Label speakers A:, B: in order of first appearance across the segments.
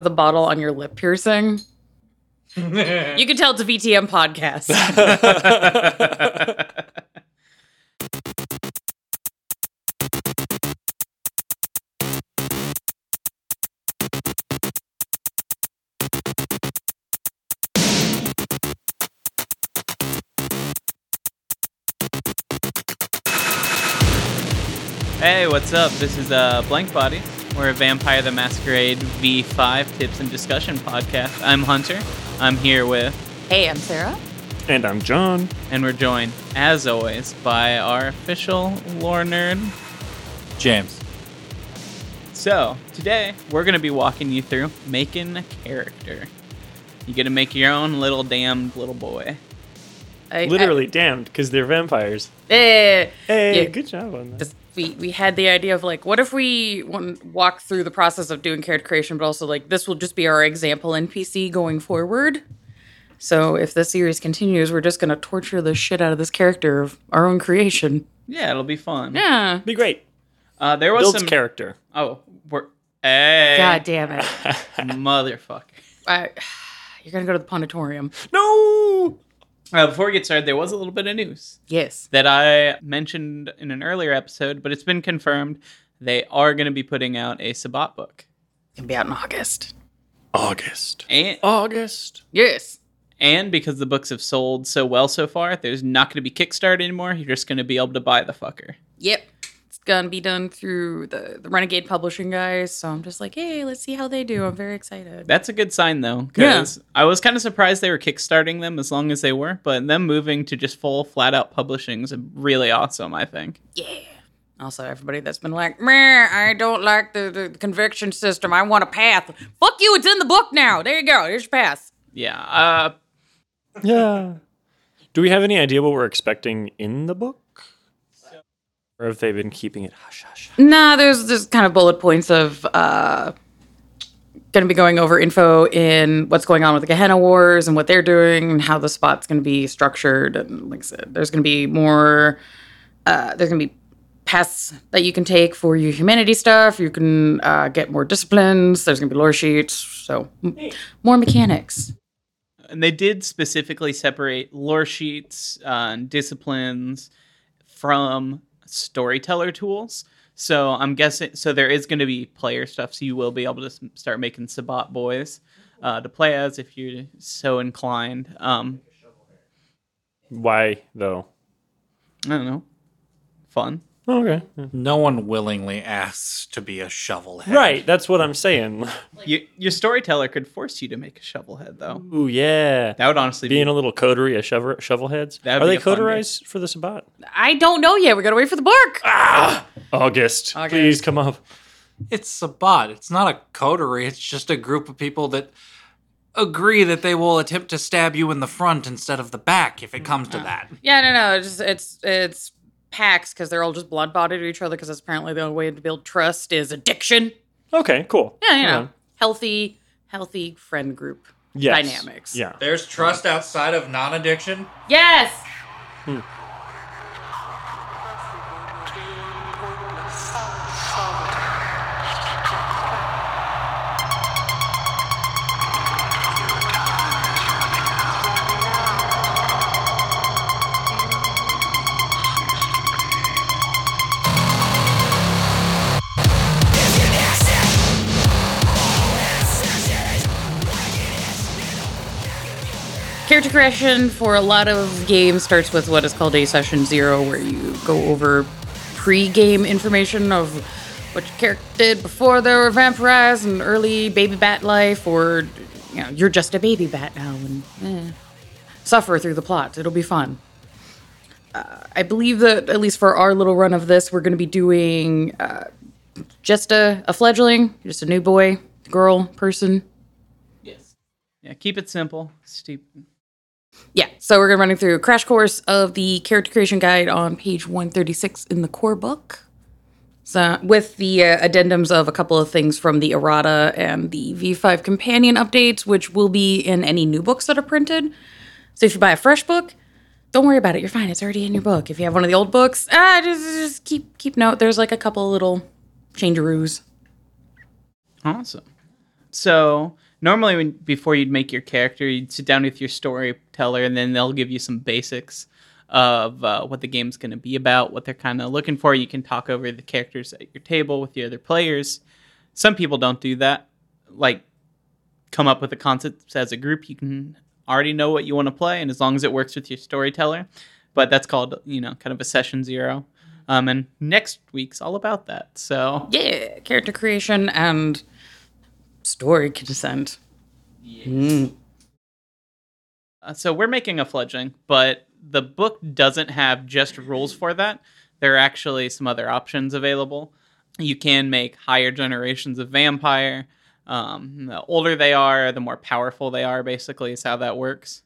A: the bottle on your lip piercing. You can tell it's a VTM podcast.
B: hey, what's up? This is uh, Blank Body. We're a Vampire the Masquerade V5 tips and discussion podcast. I'm Hunter. I'm here with,
A: hey, I'm Sarah.
C: And I'm John.
B: and we're joined, as always, by our official lore nerd,
D: James.
B: So, today we're going to be walking you through making a character. You get to make your own little damned little boy.
A: I-
C: Literally damned because they're vampires.
A: I- eh.
C: Hey,
A: Yeah.
C: good job on that.
A: Just- we, we had the idea of like, what if we want walk through the process of doing character creation, but also like this will just be our example NPC going forward. So if this series continues, we're just gonna torture the shit out of this character of our own creation.
B: Yeah, it'll be fun.
A: Yeah.
C: Be great.
B: Uh, there was
C: Builds
B: some
C: character.
B: Oh, we're hey,
A: God damn it.
B: motherfucker.
A: I, you're gonna go to the ponditorium.
C: No.
B: Uh, before we get started, there was a little bit of news
A: Yes.
B: that I mentioned in an earlier episode, but it's been confirmed they are going to be putting out a Sabbat book.
A: It's gonna be out in August.
C: August.
B: And,
C: August.
A: Yes.
B: and because the books have sold so well so far, there's not going to be Kickstarter anymore. You're just going to be able to buy the fucker.
A: Yep. It's gonna be done through the, the Renegade Publishing guys. So I'm just like, hey, let's see how they do. I'm very excited.
B: That's a good sign though,
A: Yeah.
B: because I was kind of surprised they were kickstarting them as long as they were, but them moving to just full flat out publishing is really awesome. I think.
A: Yeah. Also, everybody that's been like, meh, I don't like the, the conviction system. I want a path. Fuck you, it's in the book now. There you go. Here's your path.
B: Yeah. Uh,
C: Yeah. Do we have any idea what we're expecting in the book? Or have they been keeping it hush hush?
A: Nah, there's just kind of bullet points of uh gonna be going over info in what's going on with the Gehenna Wars and what they're doing and how the spot's gonna be structured and like I said, there's gonna be more uh there's gonna be paths that you can take for your humanity stuff. You can uh, get more disciplines, there's gonna be lore sheets, so m- more mechanics.
B: and they did specifically separate lore sheets uh, and disciplines from storyteller tools. So I'm guessing. So there is going to be player stuff. So you will be able to s- start making Sabat boys uh, to play as if you're so inclined. Um,
C: Why though?
B: I don't know. Fun.
C: Oh, okay. Yeah.
D: No one willingly asks to be a shovelhead.
C: Right. That's what I'm saying.
B: You, your storyteller could force you to make a shovel head, though.
C: Ooh yeah.
B: That would honestly
C: Being
B: be.
C: a little coterie of shovel shovelheads.
B: That'd
C: Are
B: be
C: they
B: a fun
C: coterized for the Sabbat?
A: I don't know yet. We gotta wait for the book. August.
C: August. Please come up.
D: It's a bot. It's not a coterie. It's just a group of people that agree that they will attempt to stab you in the front instead of the back if it comes to that.
A: Yeah, no, no. It's just- it's it's packs because they're all just blood bonded to each other because that's apparently the only way to build trust is addiction.
C: Okay. Cool.
A: Yeah, you know,
C: Yeah.
A: healthy, healthy friend group
C: Yes.
A: dynamics.
C: Yeah.
D: There's trust outside of non addiction.
A: Yes. Character creation for a lot of games starts with what is called a session zero, where you go over pre-game information of what your character did before they were vampirized and early baby bat life, or you know, you're just a baby bat now and eh, suffer through the plot. It'll be fun. Uh, I believe that at least for our little run of this, we're going to be doing uh, just a, a fledgling, just a new boy, girl, person.
B: Yes. Yeah. Keep it simple. Stupid.
A: Yeah, so we're gonna running through a crash course of the character creation guide on page 136 in the core book. So with the uh, addendums of a couple of things from the errata and the V5 companion updates, which will be in any new books that are printed. So if you buy a fresh book, don't worry about it. You're fine. It's already in your book. If you have one of the old books, ah, just, just keep keep note. There's like a couple little changeroos.
B: Awesome. So normally, when before you'd make your character, you'd sit down with your storyteller, and then they'll give you some basics of uh, what the game's going to be about, what they're kind of looking for. You can talk over the characters at your table with the other players. Some people don't do that. Like, come up with the concepts as a group. You can already know what you want to play, and as long as it works with your storyteller. But that's called, you know, kind of a session zero. Um, and next week's all about that. So
A: Yeah, character creation and story consent.
B: Uh, so we're making a fledgling, but the book doesn't have just rules for that. There are actually some other options available. You can make higher generations of vampire. Um, the older they are, the more powerful they are, basically, is how that works.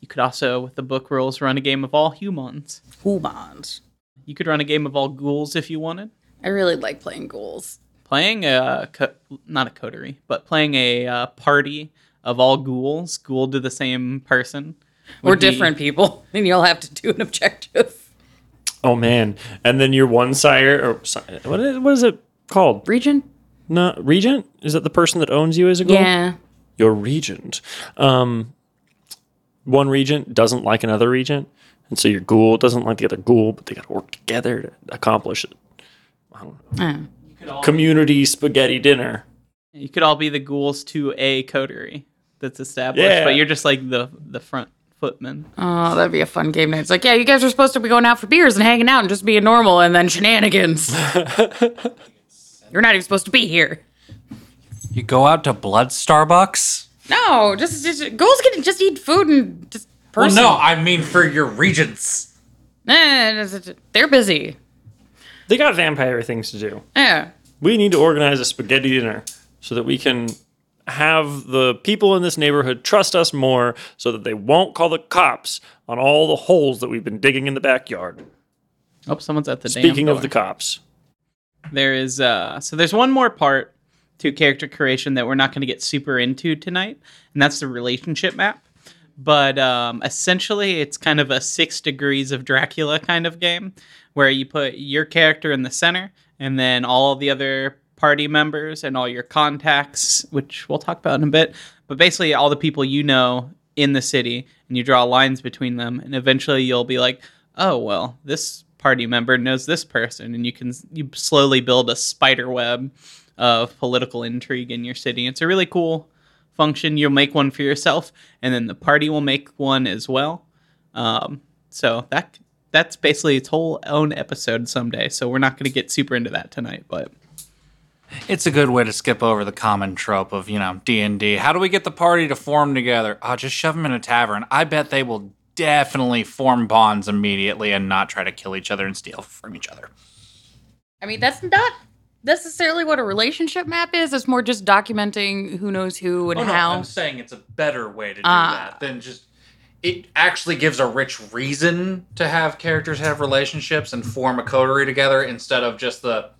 B: You could also, with the book rules, run a game of all humans.
A: Who bonds?
B: You could run a game of all ghouls if you wanted.
A: I really like playing ghouls.
B: Playing a, co- not a coterie, but playing a uh, party of all ghouls, ghouled to the same person.
A: We're
B: would be-
A: different people, and you'll have to do an objective.
C: Oh man! And then your one sire, or sire, what is what is it called?
A: Region?
C: No, regent is that the person that owns you as a girl?
A: Yeah.
C: Your regent. Um, one regent doesn't like another regent, and so your ghoul doesn't like the other ghoul, but they got to work together to accomplish it.
A: Oh.
C: Community spaghetti dinner.
B: You could all be the ghouls to a coterie that's established,
C: Yeah.
B: but you're just like the the front footman.
A: Oh, that'd be a fun game night. It's like, yeah, you guys are supposed to be going out for beers and hanging out and just being normal and then shenanigans. You're not even supposed to be here.
D: You go out to Blood Starbucks?
A: No, just, just ghouls can just eat food and just
D: Well,
A: person.
D: no, I mean for your regents.
A: Eh, it's- it's- they're busy.
C: They got vampire things to do.
A: Yeah.
C: we need to organize a spaghetti dinner so that we can have the people in this neighborhood trust us more so that they won't call the cops on all the holes that we've been digging in the backyard.
B: Oh, someone's at the damn
C: Speaking of
B: door.
C: the cops,
B: there is uh so there's one more part to character creation that we're not going to get super into tonight and that's the relationship map but um essentially it's kind of a six degrees of dracula kind of game where you put your character in the center and then all the other party members and all your contacts which we'll talk about in a bit but basically all the people you know in the city and you draw lines between them and eventually you'll be like oh well this party member knows this person and you can you slowly build a spider web of political intrigue in your city it's a really cool function you'll make one for yourself and then the party will make one as well um, so that that's basically its whole own episode someday so we're not going to get super into that tonight but
D: It's a good way to skip over the common trope of, you know, D&D. How do we get the party to form together? Oh, just shove them in a tavern. I bet they will definitely form bonds immediately and not try to kill each other and steal from each other.
A: I mean, that's not necessarily what a relationship map is. It's more just documenting who knows who and how.
D: Oh, I'm saying it's a better way to do
A: Ah.
D: that than just it actually gives a rich reason to have characters have relationships and form a coterie together instead of just the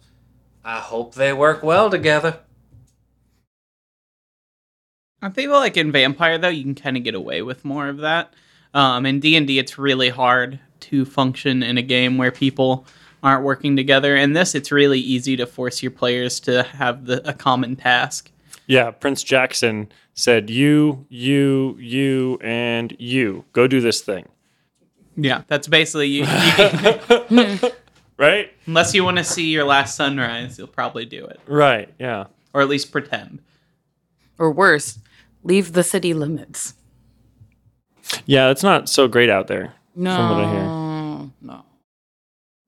D: I hope they work well together.
B: I feel like in Vampire though, you can kind of get away with more of that. Um, in D and D, it's really hard to function in a game where people aren't working together. In this, it's really easy to force your players to have the, a common task.
C: yeah, Prince Jackson said, You, you, you, and you, go do this thing,
B: Yeah, that's basically you, you can,
C: right?
B: unless you want to see your last sunrise, you'll probably do it,
C: Right, yeah.
B: or at least pretend.
A: or worse, leave the city limits.
C: Yeah, it's not so great out there.
A: No.
C: From what I hear.
A: No.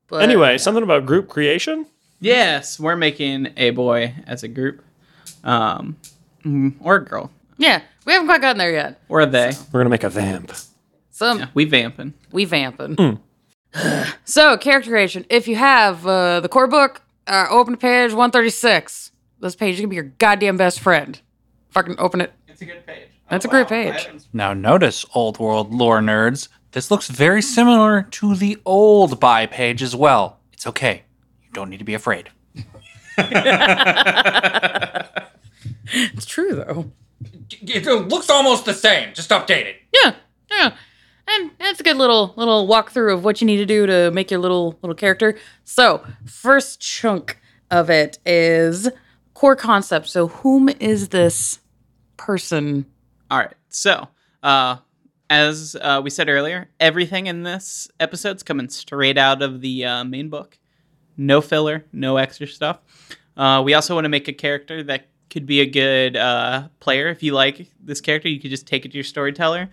A: But
C: Anyway, something about group creation?
B: Yes, we're making a boy as a group, um, mm, or a girl,
A: Yeah, we haven't quite gotten there yet.
B: or they.
C: We're going to make a vamp.
A: Some
B: We vamping.
A: we vamping.
C: Hmm.
A: so character creation. If you have uh, the core book, uh, open to page one thirty six. This page is gonna be your goddamn best friend. Fucking open it.
B: It's a good page. Oh,
A: That's a great page.
D: Now, notice, old world lore nerds, this looks very similar to the old buy page as well. It's okay. You don't need to be afraid.
A: It's true though.
D: It looks almost the same, just updated.
A: Yeah, yeah. And that's a good little little walkthrough of what you need to do to make your little little character. So first chunk of it is core concept. So, whom is this person?
B: All right. So, uh, as uh, we said earlier, everything in this episode's coming straight out of the uh, main book. No filler, no extra stuff. Uh, we also want to make a character that could be a good uh, player. If you like this character, you could just take it to your storyteller,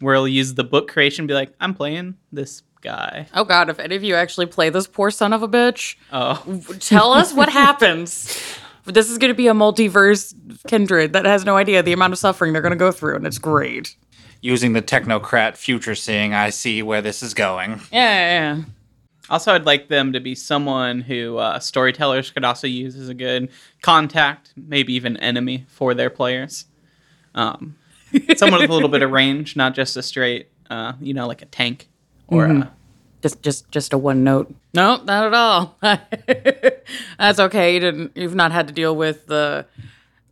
B: where he'll use the book creation and be like, I'm playing this guy.
A: Oh God! If any of you actually play this poor son of a bitch,
B: Oh,
A: tell us what happens. This is going to be a multiverse kindred that has no idea the amount of suffering they're going to go through, and it's great.
D: Using the technocrat future seeing, I see where this is going.
A: Yeah, yeah, yeah.
B: Also, I'd like them to be someone who uh, storytellers could also use as a good contact, maybe even enemy for their players. Um, someone with a little bit of range, not just a straight, uh, you know, like a tank or a
A: just just just a one note. No, not at all. That's okay. You didn't. You've not had to deal with the.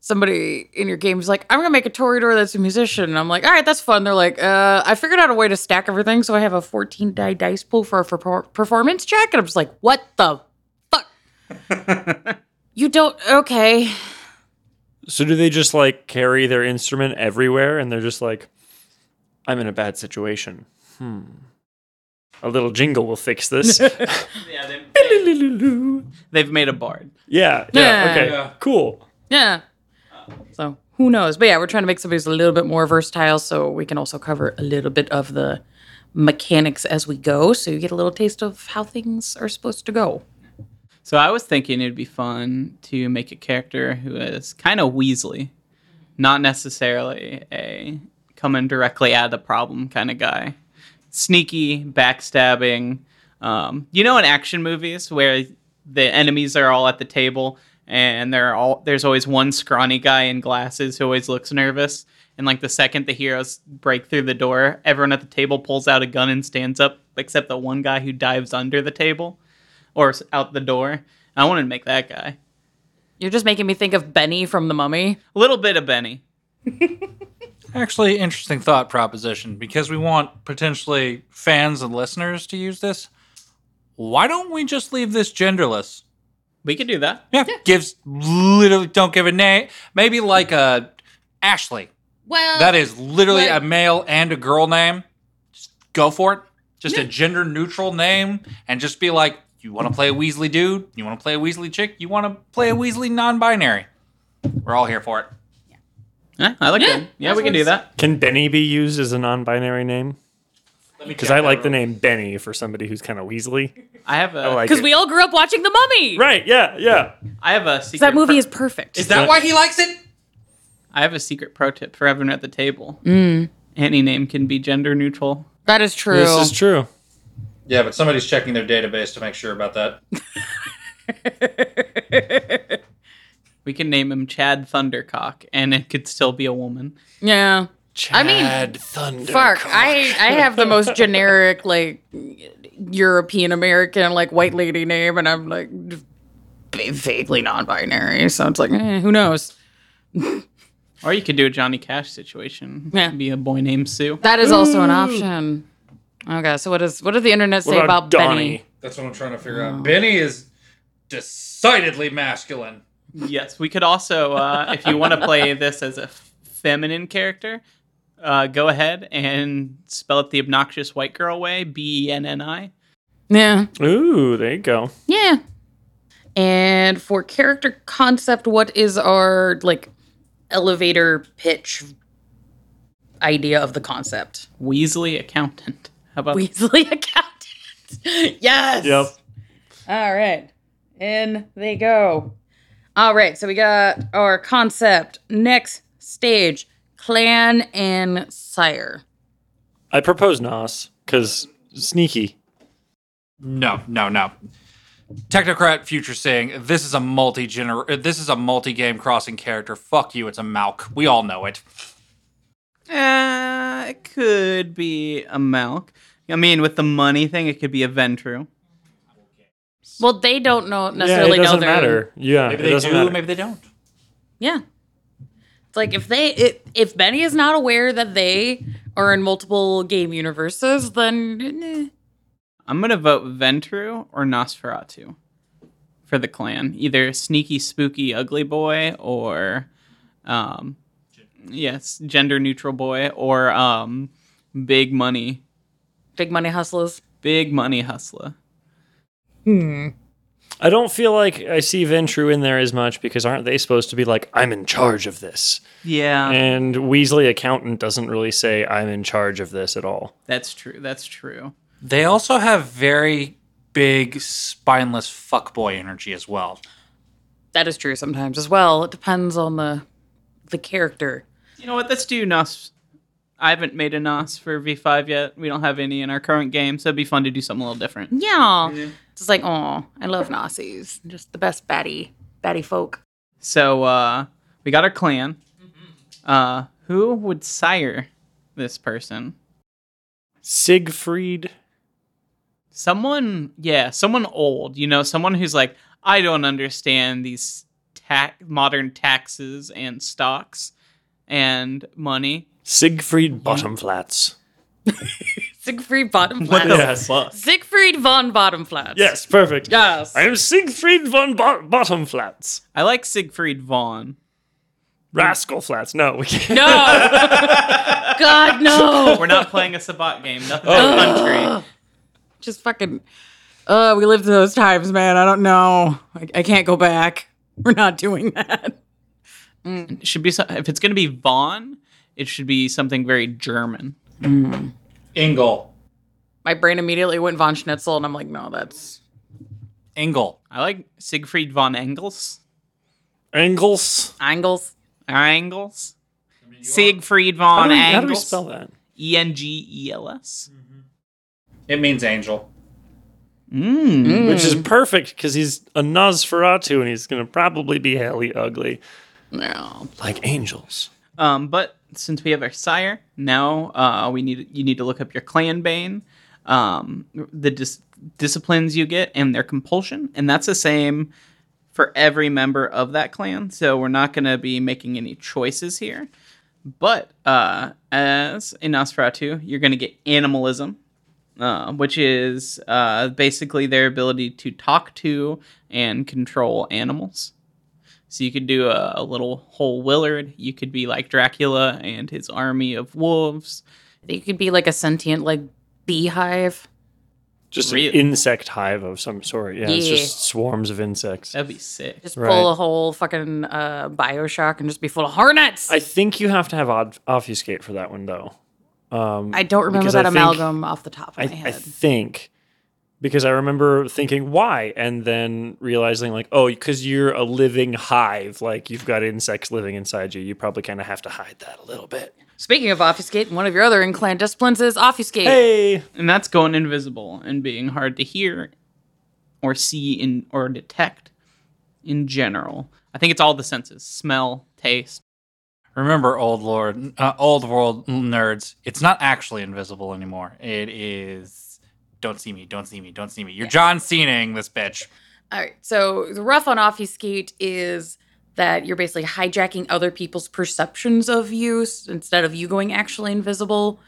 A: Somebody in your game is like, I'm gonna make a Torridor that's a musician. And I'm like, all right, that's fun. They're like, uh, I figured out a way to stack everything, so I have a 14 die dice pool for a for- performance check. And I'm just like, what the fuck? you don't. Okay.
C: So do they just like carry their instrument everywhere and they're just like, I'm in a bad situation. Hmm. A little jingle will fix this.
B: yeah. They've, made a bard.
C: yeah. Yeah. Okay.
D: Yeah.
C: Cool.
A: Yeah. So who knows? But yeah, we're trying to make somebody who's a little bit more versatile so we can also cover a little bit of the mechanics as we go. So you get a little taste of how things are supposed to go.
B: So I was thinking it'd be fun to make a character who is kind of Weasley, not necessarily a coming directly at the problem kind of guy, sneaky, backstabbing. Um, you know, in action movies where the enemies are all at the table and they're all there's always one scrawny guy in glasses who always looks nervous. And like the second the heroes break through the door, everyone at the table pulls out a gun and stands up, except the one guy who dives under the table or s- out the door. I wanted to make that guy.
A: You're just making me think of Benny from The Mummy.
B: A little bit of Benny.
D: Actually, interesting thought proposition because we want potentially fans and listeners to use this. Why don't we just leave this genderless?
B: We could do that.
D: Yeah, gives literally don't give a name. Maybe like a Ashley.
A: Well,
D: That is literally
A: Like-
D: a male and a girl name. Just go for it. Just a gender neutral name and just be like, you want to play a Weasley dude? You want to play a Weasley chick? You want to play a Weasley non binary? We're all here for it.
B: Yeah, I like
A: Yeah,
B: that. Yeah,
A: that's
B: we
A: what
B: can do
A: it's-
B: that.
C: Can Benny be used as a non binary name? Because I like the name Benny for somebody who's kind of Weasley.
B: I have a. I
C: I like
A: because
C: it.
A: we all grew up watching The Mummy.
C: Right. Yeah. Yeah.
B: have a secret.
A: That movie
B: pro-
A: is perfect.
D: Is that why he likes it?
B: I have a secret pro tip for everyone at the table.
A: Mm.
B: Any name can be gender neutral.
A: that is true.
C: This is true.
D: Yeah, but somebody's checking their database to make sure about that.
B: We can name him Chad Thundercock, and it could still be a woman.
A: yeah. I mean,
C: Chad Thunder.
A: Fuck, I I have the most generic like European American like white lady name, and I'm like v- vaguely non-binary, so it's like eh, who knows.
B: Or you could do a Johnny Cash situation.
A: Yeah.
B: Be a boy named Sue.
A: That is also an option. Okay, so what is what does the internet say
C: What
A: about,
C: about Donnie?
A: Benny?
D: That's what I'm trying to figure
A: Oh.
D: out. Benny is decidedly masculine.
B: yes, we could also, uh, if you want to play this as a f- feminine character, uh, go ahead and spell it the obnoxious white girl way B E N N I.
A: Yeah,
C: Ooh, there you go.
A: yeah. And for character concept, what is our like elevator pitch idea of the concept?
B: Weasley accountant. How about
A: Weasley accountant. yes.
C: Yep.
A: All right. In they go. All right. So we got our concept. Next stage clan and sire.
C: I propose Nos because sneaky.
D: No, no, no. Technocrat future saying this is a multi gener this is a multi game crossing character. Fuck you, it's a Malk. We all know it.
B: Uh, it could be a Malk. I mean, with the money thing, it could be a Ventru.
A: Well, they don't know
C: Yeah,
A: necessarily
C: it doesn't
A: know their
C: matter. Yeah,
D: Maybe
C: it
D: they
C: doesn't
D: do,
C: matter.
D: maybe they don't.
A: Yeah. It's like if they if, if Benny is not aware that they are in multiple game universes, then eh.
B: I'm gonna vote Ventru or Nosferatu for the clan. Either sneaky, spooky, ugly boy, or um, yes, gender neutral boy, or um, big money,
A: Big money hustlers.
B: big money hustler.
C: I don't feel like I see Ventru in there as much because aren't they supposed to be like, I'm in charge of this?
B: Yeah,
C: And Weasley accountant doesn't really say, I'm in charge of this at all.
B: that's true. That's true.
D: They also have very big spineless fuckboy energy as well.
A: That is true sometimes as well. It depends on the the character.
B: You know what? Let's do Nos. I haven't made a Nos for V5 yet. We don't have any in our current game, so it'd be fun to do something a little different.
A: Yeah.
C: Mm-hmm.
A: It's just like, oh, I love Nazis. Just the best batty, batty folk.
B: So uh, we got our clan. Uh, who would sire this person?
C: Siegfried.
B: Someone, yeah, someone old. You know, someone who's like, I don't understand these ta- modern taxes and stocks and money.
C: Siegfried Bottomflats.
A: Siegfried Bottom
B: What
A: Flats.
B: the
C: Yes.
B: fuck?
A: Siegfried von Bottom Flats.
C: Yes, perfect.
A: Yes.
C: I am Siegfried von Bo- Bottomflats.
A: Mm.
B: I like Siegfried Vaughn.
C: Rascal Flats. No, we can't.
A: No. God, no.
B: We're not playing a Sabat game. Nothing but country.
A: Just fucking. Uh, we lived those times, man. I don't know. I, I can't go back. We're not doing that.
B: It should be so- if it's gonna be Vaughn, it should be something very German.
D: Ingle.
A: My brain immediately went von Schnitzel, and I'm like, no, that's
D: Ingle.
B: I like Siegfried von Engels.
C: Engels.
A: angles.
B: Angles. Siegfried
C: How
B: von
C: do we- How do we
B: Angles.
C: spell that?
B: E N G E L S.
D: It means angel.
B: Mm.
C: Which is perfect because he's a Nosferatu and he's going to probably be hella ugly.
A: No.
C: Like angels.
B: Um, but since we have our sire, now uh, we need you need to look up your clan bane, um, the dis- disciplines you get, and their compulsion, and that's the same for every member of that clan. So we're not going to be making any choices here. But uh, as in Nosferatu, you're going to get animalism, uh, which is uh, basically their ability to talk to and control animals. So you could do a, a little whole Willard. You could be like Dracula and his army of wolves.
A: You could be like a sentient, like, beehive.
C: Just
B: Real-
C: an insect hive of some sort. Yeah, it's
A: Yeah.
C: just swarms of insects.
B: That'd be sick.
A: Just
C: Right.
A: pull a whole fucking uh, Bioshock and just be full of hornets.
C: I
A: I,
C: think you have to have ob- obfuscate for that one, though. Um,
A: don't remember
C: because I
A: that
C: think-
A: amalgam off the top of
C: I,
A: my
C: I
A: head.
C: think because I remember thinking why, and then realizing like, oh, because you're a living hive, like you've got insects living inside you. You probably kind of have to hide that a little bit.
A: Speaking of obfuscate, one of your other in clan disciplines is obfuscate.
C: Hey,
B: And that's going invisible and being hard to hear or see in or detect in general. I think it's all the senses. Smell, taste.
D: Remember, old lord, uh, old world nerds. It's not actually invisible anymore. It is. Don't see me. Don't see me. Don't see me. You're John Cenaing this bitch.
A: All right. So the rough on obfuscate is that you're basically hijacking other people's perceptions of you s- instead of you going actually invisible.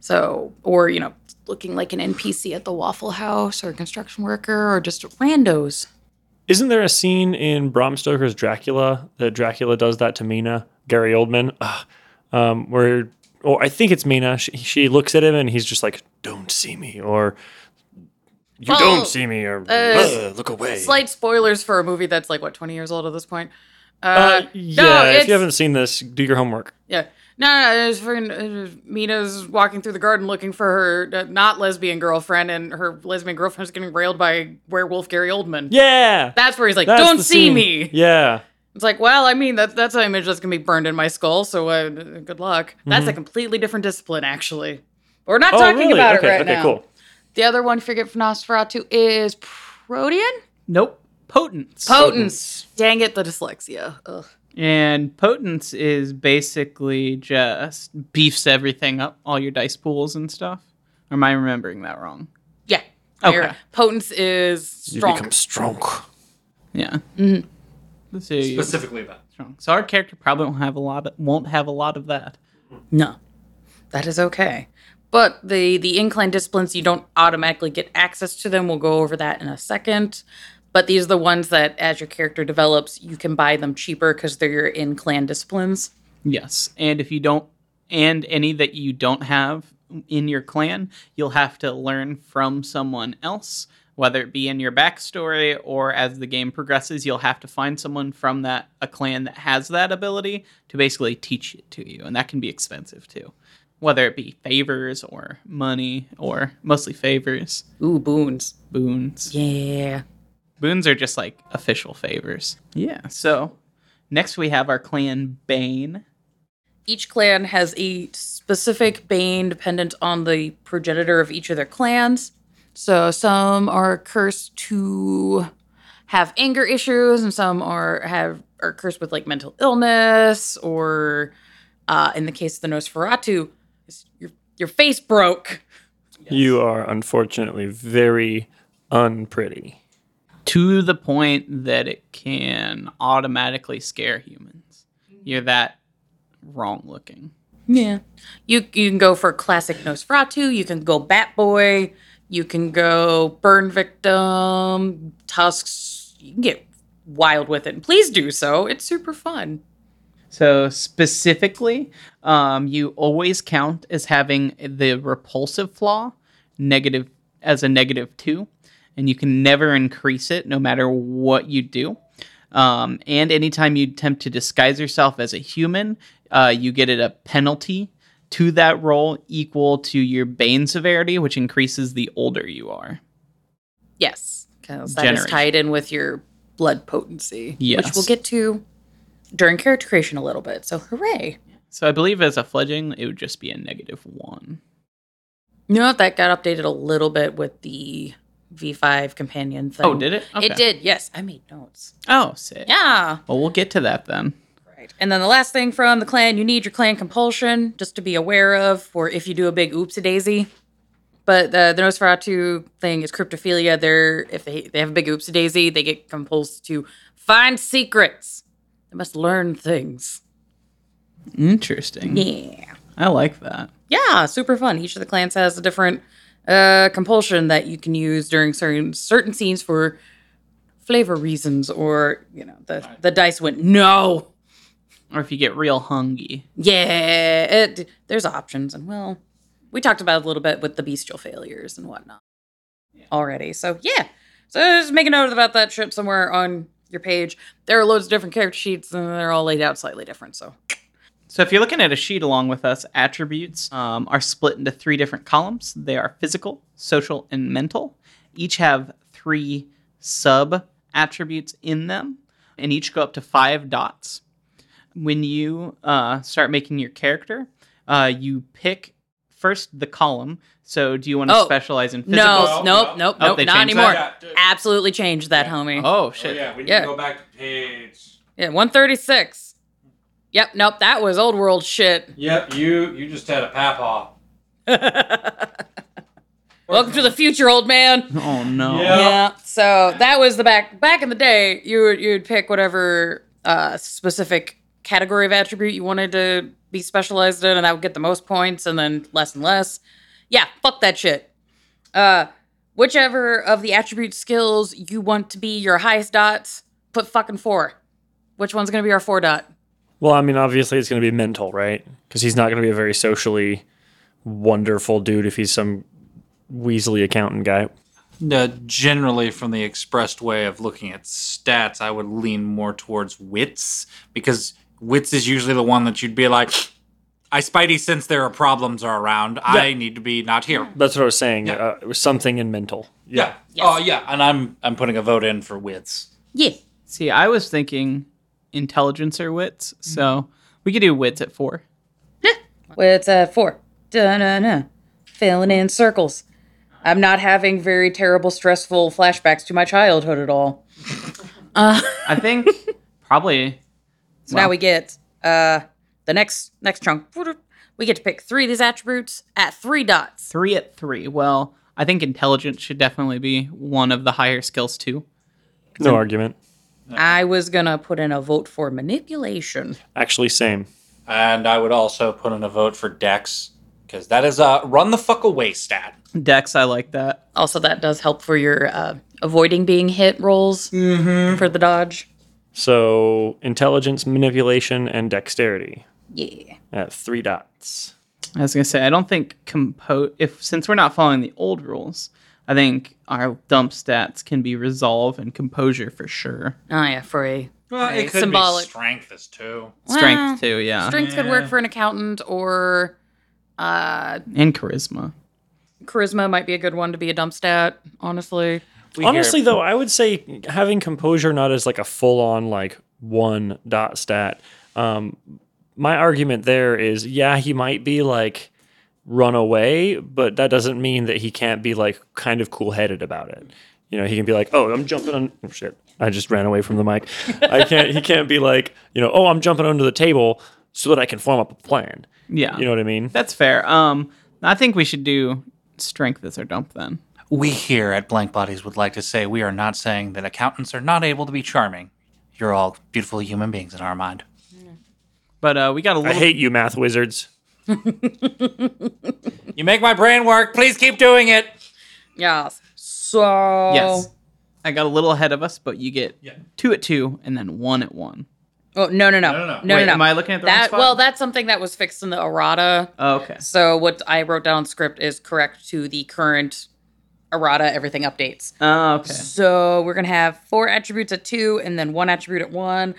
A: So, or, you know, looking like an NPC at the Waffle House or a construction worker or just randos.
C: isn't there a scene in Bram Stoker's Dracula that Dracula does that to Mina, Gary Oldman, Ugh. um, where? Or I think it's Mina. She, she looks at him and he's just like, "Don't see me," or "You
A: Well,
C: don't see me,"
A: uh,
C: or
D: Uh,
C: "Ugh, "Look away."
A: Slight spoilers for a movie that's like, what, 20 years old at this point? Uh,
C: Uh, yeah,
A: no,
C: if
A: it's-
C: you haven't seen this, do your homework.
A: Yeah. No, no, no, it was freaking uh, Mina's walking through the garden looking for her uh, not lesbian girlfriend, and her lesbian girlfriend's getting railed by werewolf Gary Oldman.
C: Yeah.
A: That's where he's like,
C: That's
A: "Don't
C: the
A: see
C: scene.
A: me."
C: Yeah.
A: It's like, well, I mean, that, that's an image that's gonna be burned in my skull. So uh, good luck. That's a completely different discipline, actually. But We're not talking
C: Mhm. Oh, really?
A: about
C: okay,
A: it right
C: okay,
A: now.
C: Cool.
A: The other one, forget from Nosferatu, is Protean.
B: Nope. Potence.
A: Potence. Dang it, the dyslexia. Ugh.
B: and potence is basically just beefs everything up, all your dice pools and stuff. Or am I remembering that wrong?
A: Yeah.
B: Okay.
A: You're right. Potence is strong.
C: You become strong.
B: Yeah.
A: Mm-hmm.
B: Let's see.
D: Specifically that.
B: So our character probably won't have a lot. won't have a lot of that.
A: No, that is okay. But the the incline disciplines, you don't automatically get access to them. We'll go over that in a second. But these are the ones that, as your character develops, you can buy them cheaper because they're in clan disciplines.
B: Yes, and if you don't, and any that you don't have in your clan, you'll have to learn from someone else, whether it be in your backstory or as the game progresses, you'll have to find someone from that a clan that has that ability to basically teach it to you, and that can be expensive too, whether it be favors or money or mostly favors,
A: Ooh, boons.
B: boons.
A: Yeah.
B: Boons are just like official favors. Yeah. So next we have our clan Bane.
A: Each clan has a specific bane dependent on the progenitor of each of their clans. So some are cursed to have anger issues, and some are have are cursed with like mental illness, or uh, in the case of the Nosferatu, it's- your your face broke.
C: You are unfortunately very unpretty.
B: to the point that it can automatically scare humans. You're that wrong looking.
A: Yeah. You you can go for classic Nosferatu, you can go Bat Boy, you can go Burn Victim, Tusks. You can get wild with it. And please do so. It's super fun.
B: So specifically, um, you always count as having the repulsive flaw negative as a negative two, and you can never increase it no matter what you do. Um, and anytime you attempt to disguise yourself as a human, uh, you get it a penalty to that roll equal to your bane severity, which increases the older you are.
A: Yes. Because that is
B: Generation.
A: tied in with your blood potency. Which
B: Yes.
A: we'll get to during character creation a little bit. So hooray.
B: So I believe as a fledgling, it would just be a negative one.
A: You know what? That got updated a little bit with the V5 companion thing.
B: Oh, did it? Okay.
A: It did, yes. I made notes.
B: Oh, sick.
A: Yeah.
B: Well, we'll get to that then.
A: Right. And then the last thing from the clan, you need your clan compulsion just to be aware of for if you do a big oopsie daisy. But the, the Nosferatu thing is cryptophilia. They're if they they have a big oopsie daisy, they get compulsed to find secrets. They must learn things.
B: Interesting.
A: Yeah.
B: I like that.
A: Yeah, super fun. Each of the clans has a different uh, compulsion that you can use during certain certain scenes for flavor reasons or you know, the, the dice went no.
B: Or if you get real hungry.
A: Yeah, it, there's options, and well, we talked about it a little bit with the bestial failures and whatnot already. So yeah, so just make a note about that shit somewhere on your page. There are loads of different character sheets, and they're all laid out slightly different. So
B: So if you're looking at a sheet along with us, attributes um, are split into three different columns. They are physical, social, and mental. Each have three sub attributes in them, and each go up to five dots. When you uh, start making your character, uh, you pick first the column. So do you want to
A: Oh,
B: specialize in physical?
A: no, nope,
E: no.
A: nope,
B: Oh,
A: nope,
B: they
A: not
B: changed
A: anymore.
E: that? Yeah, dude.
A: Absolutely changed that, homie.
B: Oh
E: Oh,
B: shit.
E: yeah, we need
A: Yeah.
E: to go back to page.
A: Yeah, one thirty six. Yep, nope, that was old world shit.
E: Yep, you you just had a papaw.
A: Welcome to the future, old man.
B: Oh no.
E: Yeah.
A: Yeah. So that was the back back in the day. You would you'd pick whatever uh, specific category of attribute you wanted to be specialized in, and that would get the most points, and then less and less. Yeah. Fuck that shit. Uh, whichever of the attribute skills you want to be your highest dots, put fucking four. Which one's gonna be our four dot?
C: Well, I mean, obviously it's going to be mental, right? Because he's not going to be a very socially wonderful dude if he's some Weasley accountant guy.
D: Uh, generally, from the expressed way of looking at stats, I would lean more towards wits because wits is usually the one that you'd be like, I spidey sense there are problems are around. I need to be not here.
C: That's what I was saying.
D: Yeah.
C: Uh, it was something in mental.
D: Yeah. Oh yeah, and I'm I'm putting a vote in for wits.
A: Yeah.
B: See, I was thinking intelligence or wits, so we could do wits at four.
A: It's at four. Da-na-na. Filling in circles. I'm not having very terrible, stressful flashbacks to my childhood at all.
B: I think probably
A: So now we get uh the next next chunk. We get to pick three of these attributes at three dots.
B: three at three. Well, I think intelligence should definitely be one of the higher skills too.
C: No argument.
A: I was gonna put in a vote for manipulation.
C: Actually, same.
D: And I would also put in a vote for Dex because that is a run the fuck away stat.
B: Dex, I like that.
A: Also, that does help for your uh, avoiding being hit rolls
B: Mm-hmm.
A: for the dodge.
C: So intelligence, manipulation, and dexterity
A: Yeah.
C: at three dots.
B: I was gonna say I don't think compose if since we're not following the old rules, I think our dump stats can be resolve and composure for sure.
A: Oh yeah, for a
D: Well,
A: Right.
D: it could
A: Symbolic.
D: be strength is too.
A: Well,
B: Strength too, Oh, yeah,
A: strength could work for an accountant or uh,
B: and charisma.
A: charisma might be a good one to be a dump stat. Honestly,
D: We hear
C: Honestly,
D: it.
C: though, I would say having composure not as like a full on like one dot stat. Um, my argument there is, yeah, he might be like run away, but that doesn't mean that he can't be like kind of cool headed about it. You know, he can be like, "Oh, I'm jumping on oh, shit." I just ran away from the mic. I can't. He can't be like, you know, "Oh, I'm jumping under the table so that I can form up a plan."
B: Yeah,
C: You know what I mean?
B: that's fair. Um, I think we should do strength as our dump then.
D: we here at Blank Bodies would like to say we are not saying that accountants are not able to be charming. You're all beautiful human beings in our mind.
B: But uh, we got a
C: I
B: little.
C: hate you, math wizards.
D: You make my brain work. Please keep doing it.
A: yes. So
B: yes, I got a little ahead of us, but you get two at two and then one at one.
A: Oh no no no no no no.
B: Wait,
A: no.
B: am I looking at the wrong
A: that
B: spot?
A: well, that's something that was fixed in the errata.
B: Oh, okay.
A: So what I wrote down script is correct to the current errata. Everything updates.
B: Oh, okay.
A: So we're gonna have four attributes at two, and then one attribute at one.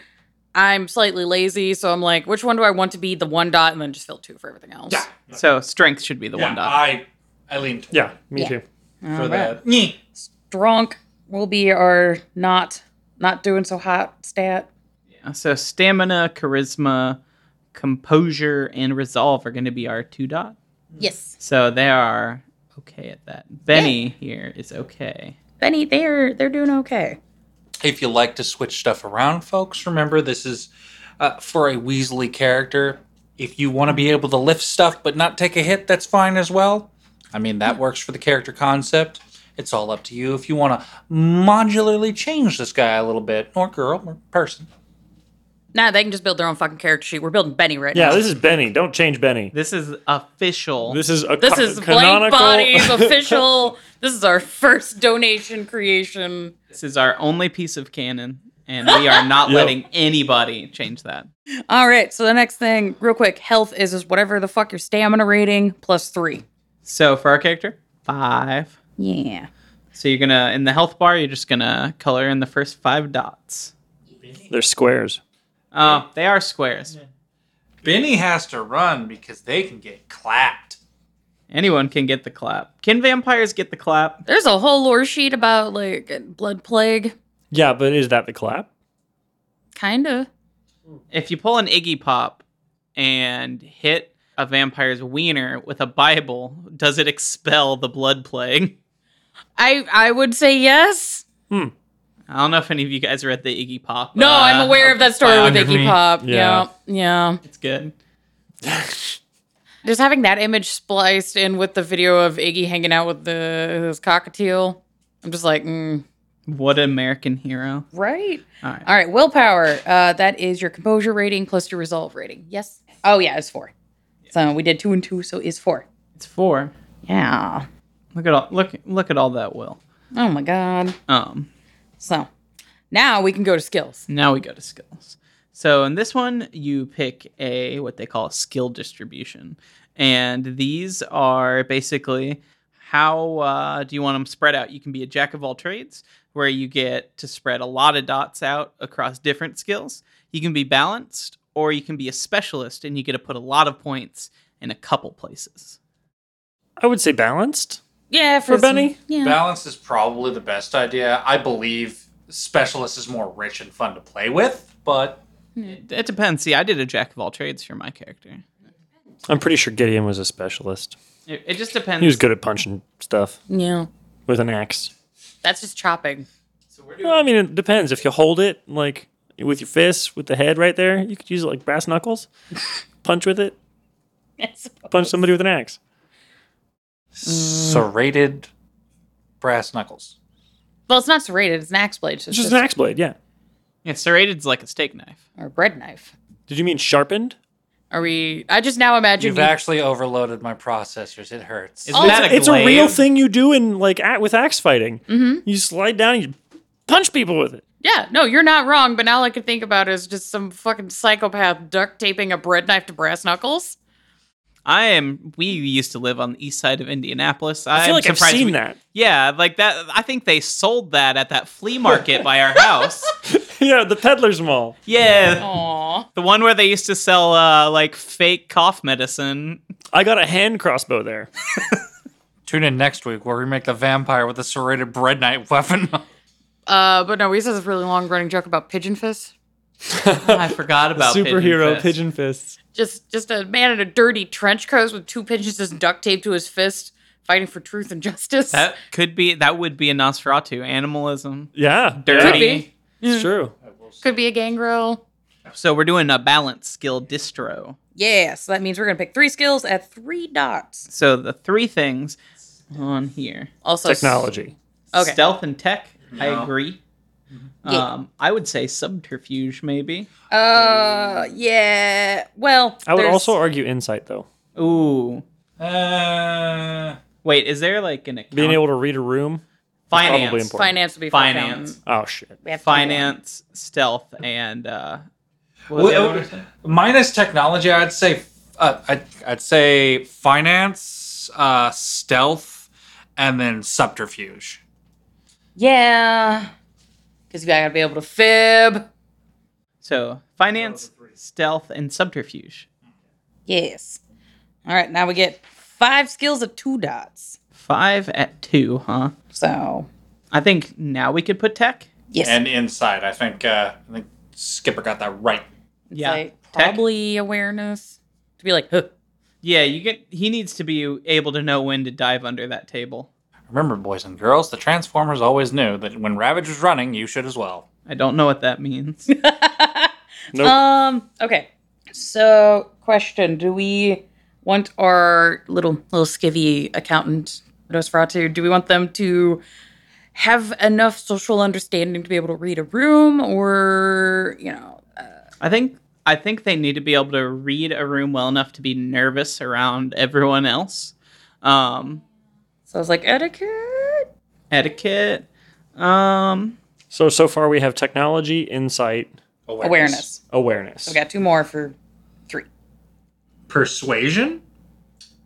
A: I'm slightly lazy, so I'm like, which one do I want to be? The one dot, and then just fill two for everything else.
D: Yeah.
B: So strength should be the one dot.
D: I, I leaned for
C: Yeah, me
A: Yeah.
C: too.
D: that. Nyeh.
A: Drunk will be our not not doing so hot stat.
B: So stamina, charisma, composure, and resolve are going to be our two dot.
A: Yes,
B: So they are okay at that. Benny here is okay.
A: Benny, they're they're doing okay.
D: If you like to switch stuff around, folks, remember this is uh, for a Weasley character. If you want to be able to lift stuff but not take a hit, that's fine as well. I mean, that works for the character concept. It's all up to you if you want to modularly change this guy a little bit, or girl, or person.
A: Nah, they can just build their own fucking character sheet. We're building Benny right
C: Yeah,
A: now.
C: this is Benny. Don't change Benny.
B: This is official.
C: This is a
A: this
C: ca-
A: is blank
C: canonical.
A: body's official. This is our first donation creation.
B: This is our only piece of canon, and we are not
C: Yo.
B: letting anybody change that.
A: All right, so the next thing, real quick, health is just whatever the fuck your stamina rating plus three.
B: So for our character, five.
A: Yeah.
B: So you're gonna in the health bar, you're just gonna color in the first five dots.
C: They're squares.
B: Oh, they are squares.
D: Benny has to run because they can get clapped.
B: Anyone can get the clap. Can vampires get the clap?
A: There's a whole lore sheet about like blood plague,
C: Yeah, but is that the clap?
A: kinda.
B: if you pull an Iggy Pop and hit a vampire's wiener with a Bible, does it expel the blood plague?
A: I I would say yes.
B: I don't know if any of you guys read the Iggy Pop.
A: No,
B: uh,
A: I'm aware of that story with
D: biography.
A: Iggy Pop.
C: Yeah.
A: Yeah. yeah,
B: It's good.
A: Just having that image spliced in with the video of Iggy hanging out with the his cockatiel. I'm just like, mm,
B: What an American hero.
A: right.
B: All right.
A: All right, willpower. Uh, that is your composure rating plus your resolve rating. Yes. Oh yeah, it's four. So we did two and two, so it's four.
B: It's four.
A: Yeah.
B: Look at all look look at all that will.
A: Oh my god.
B: Um
A: So now we can go to skills.
B: now we go to skills. So in this one you pick a what they call a skill distribution. And these are basically how uh, do you want them spread out? You can be a jack of all trades, where you get to spread a lot of dots out across different skills. You can be balanced, or you can be a specialist, and you get to put a lot of points in a couple places.
C: I would say balanced.
A: Yeah,
C: For Benny?
A: Yeah.
D: Balance is probably the best idea. I believe specialist is more rich and fun to play with, but
B: It depends. See, I did a jack of all trades for my character.
C: I'm pretty sure Gideon was a specialist.
B: It, it just depends.
C: He was good at punching stuff
A: yeah.
C: with an axe.
A: That's just chopping.
C: Well, I mean, it depends. If you hold it like with your fists, with the head right there, you could use it like brass knuckles. Punch with it. Punch somebody with an axe.
A: Mm.
D: serrated brass knuckles.
A: Well, it's not serrated. It's an axe blade. So
C: It's
A: it's
C: just
A: just
C: an axe blade. Yeah.
B: Yeah, serrated's like a steak knife.
A: or bread knife.
C: Did you mean sharpened?
A: Are we? I just now imagine
D: You've
A: you-
D: actually overloaded my processors. It hurts.
B: Isn't that
C: Oh, it's, it's a
B: glaive?
C: real thing you do in like at, with axe fighting. You slide down, and you punch people with it.
A: Yeah, no, you're not wrong. But now all I can think about is just some fucking psychopath duct taping a bread knife to brass knuckles.
B: I am. We used to live on the east side of Indianapolis.
C: I
B: am
C: feel like I've
B: surprised
C: seen
B: we-
C: that.
B: Yeah, like that. I think they sold that at that flea market by our house.
C: yeah, the peddler's mall.
B: Yeah,
A: Aww.
B: the one where they used to sell uh, like fake cough medicine.
C: I got a hand crossbow there.
D: Tune in next week where we make the vampire with a serrated bread knife weapon.
A: Uh, but no, we used to have this really long running joke about pigeon fist.
B: I forgot about
C: Superhero
B: Fist.
C: pigeon fists.
A: Just, just a man in a dirty trench coat with two pigeons just duct taped to his fist, fighting for truth and justice.
B: That could be. That would be a Nosferatu animalism.
C: Yeah,
B: Dirty.
A: be.
C: yeah, it's true.
A: Could be a gangrel.
B: So we're doing a balance skill distro.
A: Yeah, so that means we're gonna pick three skills at three dots.
B: So the three things on here:
A: Also,
C: Technology.
A: Okay.
B: stealth and tech. I
D: No.
B: agree.
A: Yeah.
B: Um, I would say subterfuge, maybe.
A: Uh, yeah. Well,
C: I would
A: there's-
C: also argue insight though.
B: Ooh,
D: uh,
B: wait, is there like an account?
C: Being able to read a room.
B: finance,
C: probably important.
A: finance would be
B: Finance.
A: found.
C: Oh shit.
A: We have to do
B: finance, stealth, and uh, what was the other
D: Well,
B: one?
D: minus technology, I'd say uh, I'd, I'd say finance, uh, stealth, and then subterfuge.
A: one. Yeah, because you gotta be able to fib.
B: so finance, stealth, and subterfuge.
A: Yes. All right, now we get five skills at two dots.
B: Five at two, huh?
A: So
B: I think now we could put tech.
A: yes,
D: And inside, I think uh, I think Skipper got that right.
A: It's
B: yeah,
A: like
B: tech.
A: probably awareness to be like, huh.
B: Yeah, you get. He needs to be able to know when to dive under that table.
D: Remember, boys and girls, the Transformers always knew that when Ravage was running, you should as well.
B: I don't know what that means.
C: Nope.
A: Um. Okay. So, question: Do we want our little little skivvy accountant Nosferatu? Do we want them to have enough social understanding to be able to read a room, or you know?
B: I think I think they need to be able to read a room well enough to be nervous around everyone else. Um,
A: So I was like etiquette.
B: etiquette. Um,
C: So so far we have technology, insight,
D: Awareness.
A: Awareness.
C: awareness.
A: We got two more for three.
D: Persuasion?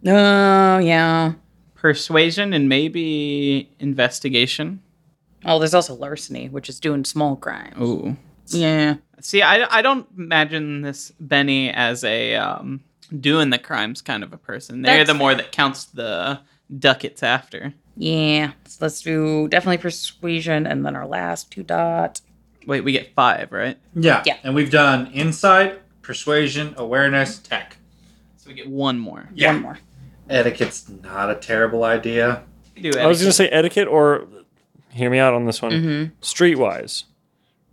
A: No, Oh, yeah.
B: persuasion and maybe investigation.
A: Oh, there's also larceny, which is doing small crimes.
B: Ooh.
A: Yeah.
B: See, I, I don't imagine this Benny as a um, doing the crimes kind of a person. They're
A: That's
B: the more that counts the ducats after.
A: Yeah. So let's do definitely persuasion and then our last two dot.
B: Wait, we get five, right?
D: Yeah.
A: Yeah.
D: And we've done inside, persuasion, awareness, tech.
B: So we get one more.
D: Yeah.
A: One more.
D: Etiquette's not a terrible idea.
B: Do it.
C: I was gonna say etiquette or hear me out on this one. Streetwise.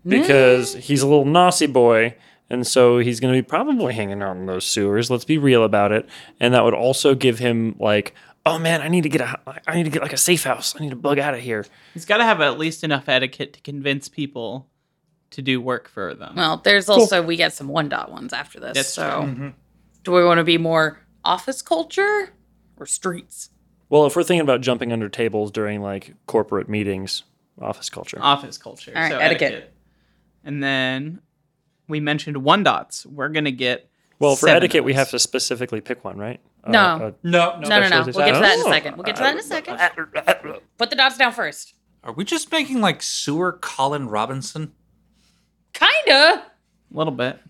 C: Because he's a little naughty boy, and so he's gonna be probably hanging out in those sewers. Let's be real about it. And that would also give him like, oh man, I need to get a I need to get like a safe house. I need to bug out of here.
B: He's got to have at least enough etiquette to convince people to do work for them.
A: Well, there's also we get some one dot ones after this.
B: That's
A: so, do we want to be more office culture or streets?
C: Well, if we're thinking about jumping under tables during like corporate meetings, office culture.
A: Uh,
B: Office culture.
A: All right,
B: so
A: etiquette.
B: etiquette. And then we mentioned one dots. We're going to get.
C: well, for
B: seven
C: etiquette, we
B: dots.
C: have to specifically pick one, right? Uh,
A: No.
D: No, no.
A: no, no, no. We'll
C: specialization.
A: get to that in a
C: Oh.
A: second. We'll get to that in a second. Put the dots down first.
D: Are we just making like sewer Colin Robinson?
A: Kinda.
B: a little bit.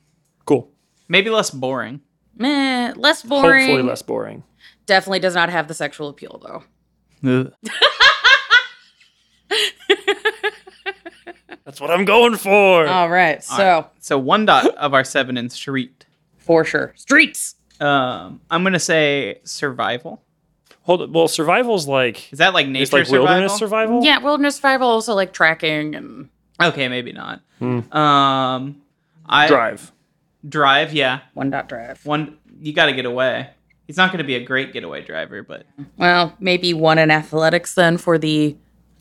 C: Cool.
B: Maybe less boring.
A: Meh, less boring.
C: Hopefully less boring.
A: Definitely does not have the sexual appeal though.
C: That's what I'm going for.
A: All right. So
B: So one dot of our seven in street.
A: for sure, streets.
B: Um, I'm gonna say survival.
C: Hold it. Well, survival's like
B: Is that like
C: it's
B: nature
C: like
B: survival?
C: wilderness survival.
A: Yeah, wilderness survival also like tracking and
B: Okay, maybe not. Um, I
C: Hmm. Drive.
B: Drive, yeah.
A: one dot drive.
B: One, you got to get away. He's not gonna be a great getaway driver, but
A: Well, maybe one in athletics then for the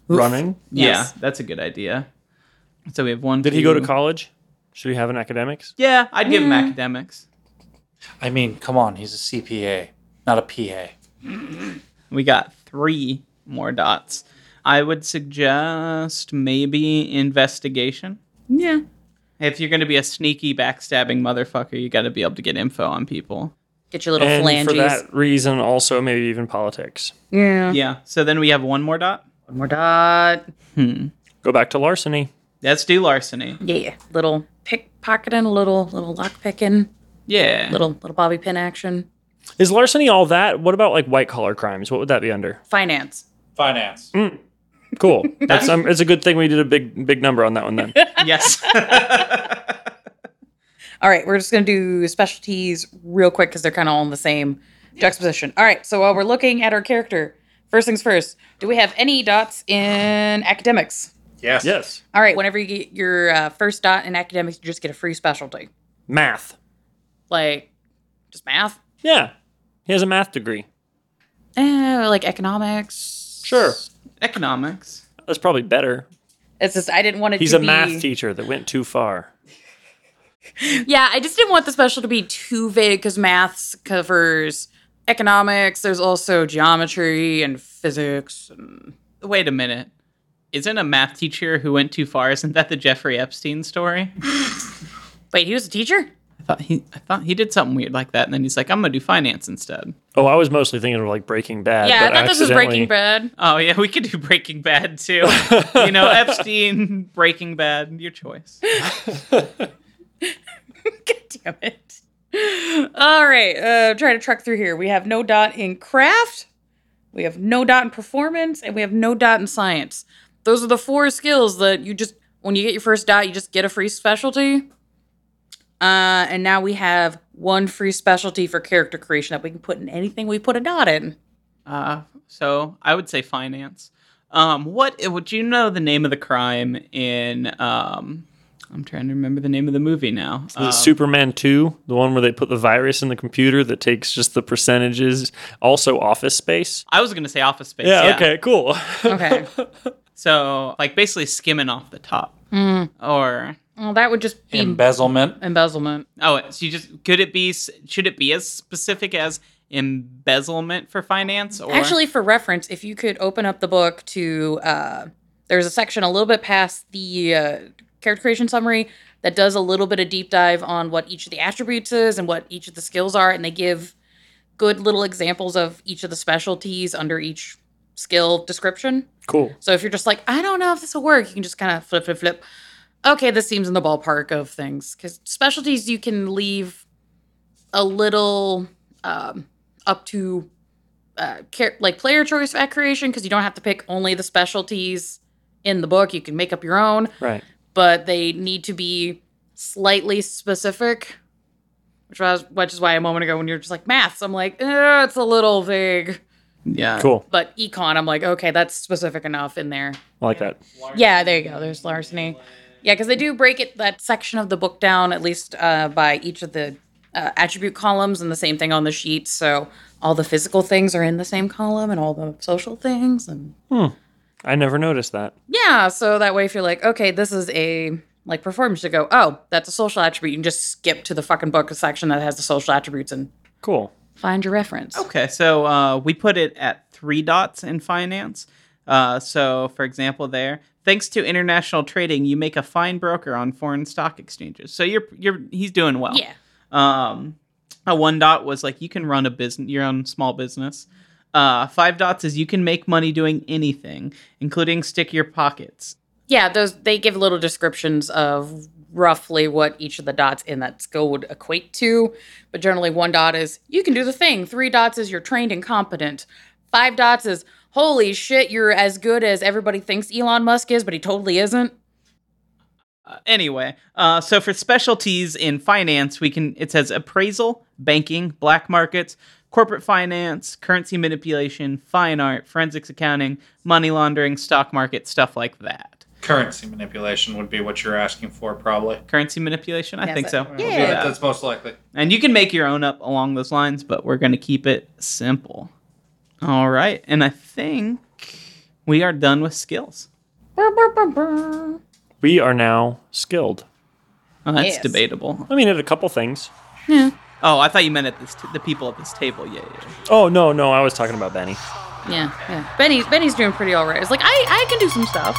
C: Running.
A: Yes.
B: yeah, that's a good idea. So we have one.
C: Did he go to
B: two-
C: college? Should we have an academics?
B: Yeah, I'd give him academics.
D: I mean, come on, he's a CPA, not a PA.
B: We got three more dots. I would suggest maybe investigation.
A: Yeah.
B: If you're going to be a sneaky, backstabbing motherfucker, you got to be able to get info on people.
A: Get your little
C: and
A: phalanges.
C: for that reason, also maybe even politics.
A: yeah.
B: Yeah. So then we have one more dot.
A: One more dot.
C: Go back to larceny.
B: Let's do larceny.
A: Yeah. Little pickpocketing, little little lock picking,
B: Yeah.
A: little little bobby pin action.
C: Is larceny all that? What about like white collar crimes? What would that be under?
A: Finance.
E: Finance.
C: Cool. That's um, it's a good thing we did a big big number on that one then.
B: Yes.
A: All right, we're just going to do specialties real quick because they're kind of all in the same juxtaposition. All right, so while we're looking at our character, first things first, do we have any dots in academics?
E: Yes.
C: yes.
A: All right, whenever you get your uh, first dot in academics, you just get a free specialty.
C: Math.
A: Like, just math?
C: Yeah. He has a math degree.
A: Eh, like economics?
C: Sure.
B: Economics.
C: That's probably better.
A: It's just, I didn't want it
C: He's
A: to
C: a math
A: be-
C: teacher that went too far.
A: Yeah, I just didn't want the special to be too vague because maths covers economics. There's also geometry and physics. And...
B: Wait a minute. Isn't a math teacher who went too far? Isn't that the Jeffrey Epstein story?
A: Wait, he was a teacher?
B: I thought he, I thought he did something weird like that, and then he's like, "I'm gonna do finance instead."
C: Oh, I was mostly thinking of like Breaking Bad.
A: Yeah, I
C: but
A: thought this was
C: accidentally-
A: Breaking Bad.
B: Oh yeah, we could do Breaking Bad too. you know, Epstein, Breaking Bad, your choice.
A: God damn it. All right, uh, try to truck through here. We have no dot in craft, we have no dot in performance, and we have no dot in science. Those are the four skills that you just, when you get your first dot, you just get a free specialty. Uh, and now we have one free specialty for character creation that we can put in anything we put a dot in.
B: Uh, so I would say finance. Um, what would you know the name of the crime in? Um, I'm trying to remember the name of the movie now. Uh,
C: Is it Superman 2, the one where they put the virus in the computer that takes just the percentages. Also, Office Space.
B: I was gonna say Office Space.
C: Yeah, okay, cool.
A: Okay.
B: So like basically skimming off the top, or
A: well, that would just be
D: Embezzlement.
A: embezzlement.
B: Oh, so you just could it be? Should it be as specific as embezzlement for finance? Or
A: Actually, for reference, if you could open up the book to, uh, there's a section a little bit past the uh, character creation summary that does a little bit of deep dive on what each of the attributes is and what each of the skills are, and they give good little examples of each of the specialties under each skill description.
C: cool.
A: So if you're just like, I don't know if this will work, you can just kind of flip, flip, flip. Okay, this seems in the ballpark of things because specialties you can leave a little um, up to uh, care, like player choice at creation because you don't have to pick only the specialties in the book. You can make up your own,
C: Right.
A: but they need to be slightly specific. Which was which is why a moment ago when you're just like maths, I'm like, eh, it's a little vague.
B: yeah,
C: Cool.
A: But econ, I'm like, okay, that's specific enough in there.
C: I like that.
A: Yeah, there you go. There's larceny. Yeah, because they do break it that section of the book down at least uh, by each of the uh, attribute columns, and the same thing on the sheet. So all the physical things are in the same column, and all the social things, and
C: I never noticed that.
A: yeah. So that way, if you're like, okay, this is a like performance, you go, oh, that's a social attribute. You can just skip to the fucking book section that has the social attributes and
C: Cool.
A: find your reference.
B: Okay, so uh, we put it at three dots in finance. Uh, so, for example, there, thanks to international trading, you make a fine broker on foreign stock exchanges. So you're you're he's doing well.
A: Yeah.
B: Um, a one dot was like you can run a business, your own small business. Uh, five dots is you can make money doing anything, including stick your pockets.
A: Yeah, those they give little descriptions of roughly what each of the dots in that skill would equate to. But generally, one dot is you can do the thing. Three dots is you're trained and competent. Five dots is holy shit, you're as good as everybody thinks Elon Musk is, but he totally isn't.
B: anyway, uh, so for specialties in finance, we can it says appraisal, banking, black markets, corporate finance, currency manipulation, fine art, forensics accounting, money laundering, stock market, stuff like that.
E: Currency manipulation would be what you're asking for, probably.
B: Currency manipulation, I
A: Yeah,
B: think
A: but-
B: so.
A: Yeah.
B: We'll do that.
E: That's most likely.
B: And you can make your own up along those lines, but we're going to keep it simple. All right, and I think we are done with skills.
A: Brr, brr, brr, brr.
C: We are now skilled.
B: Oh, that's
A: Yes.
B: debatable.
C: I mean, at a couple things.
B: Oh, I thought you meant at this t- the people at this table. Yeah, yeah.
C: Oh no, no, I was talking about Benny.
A: Yeah, yeah. Benny's Benny's doing pretty all right. It's like I I can do some stuff.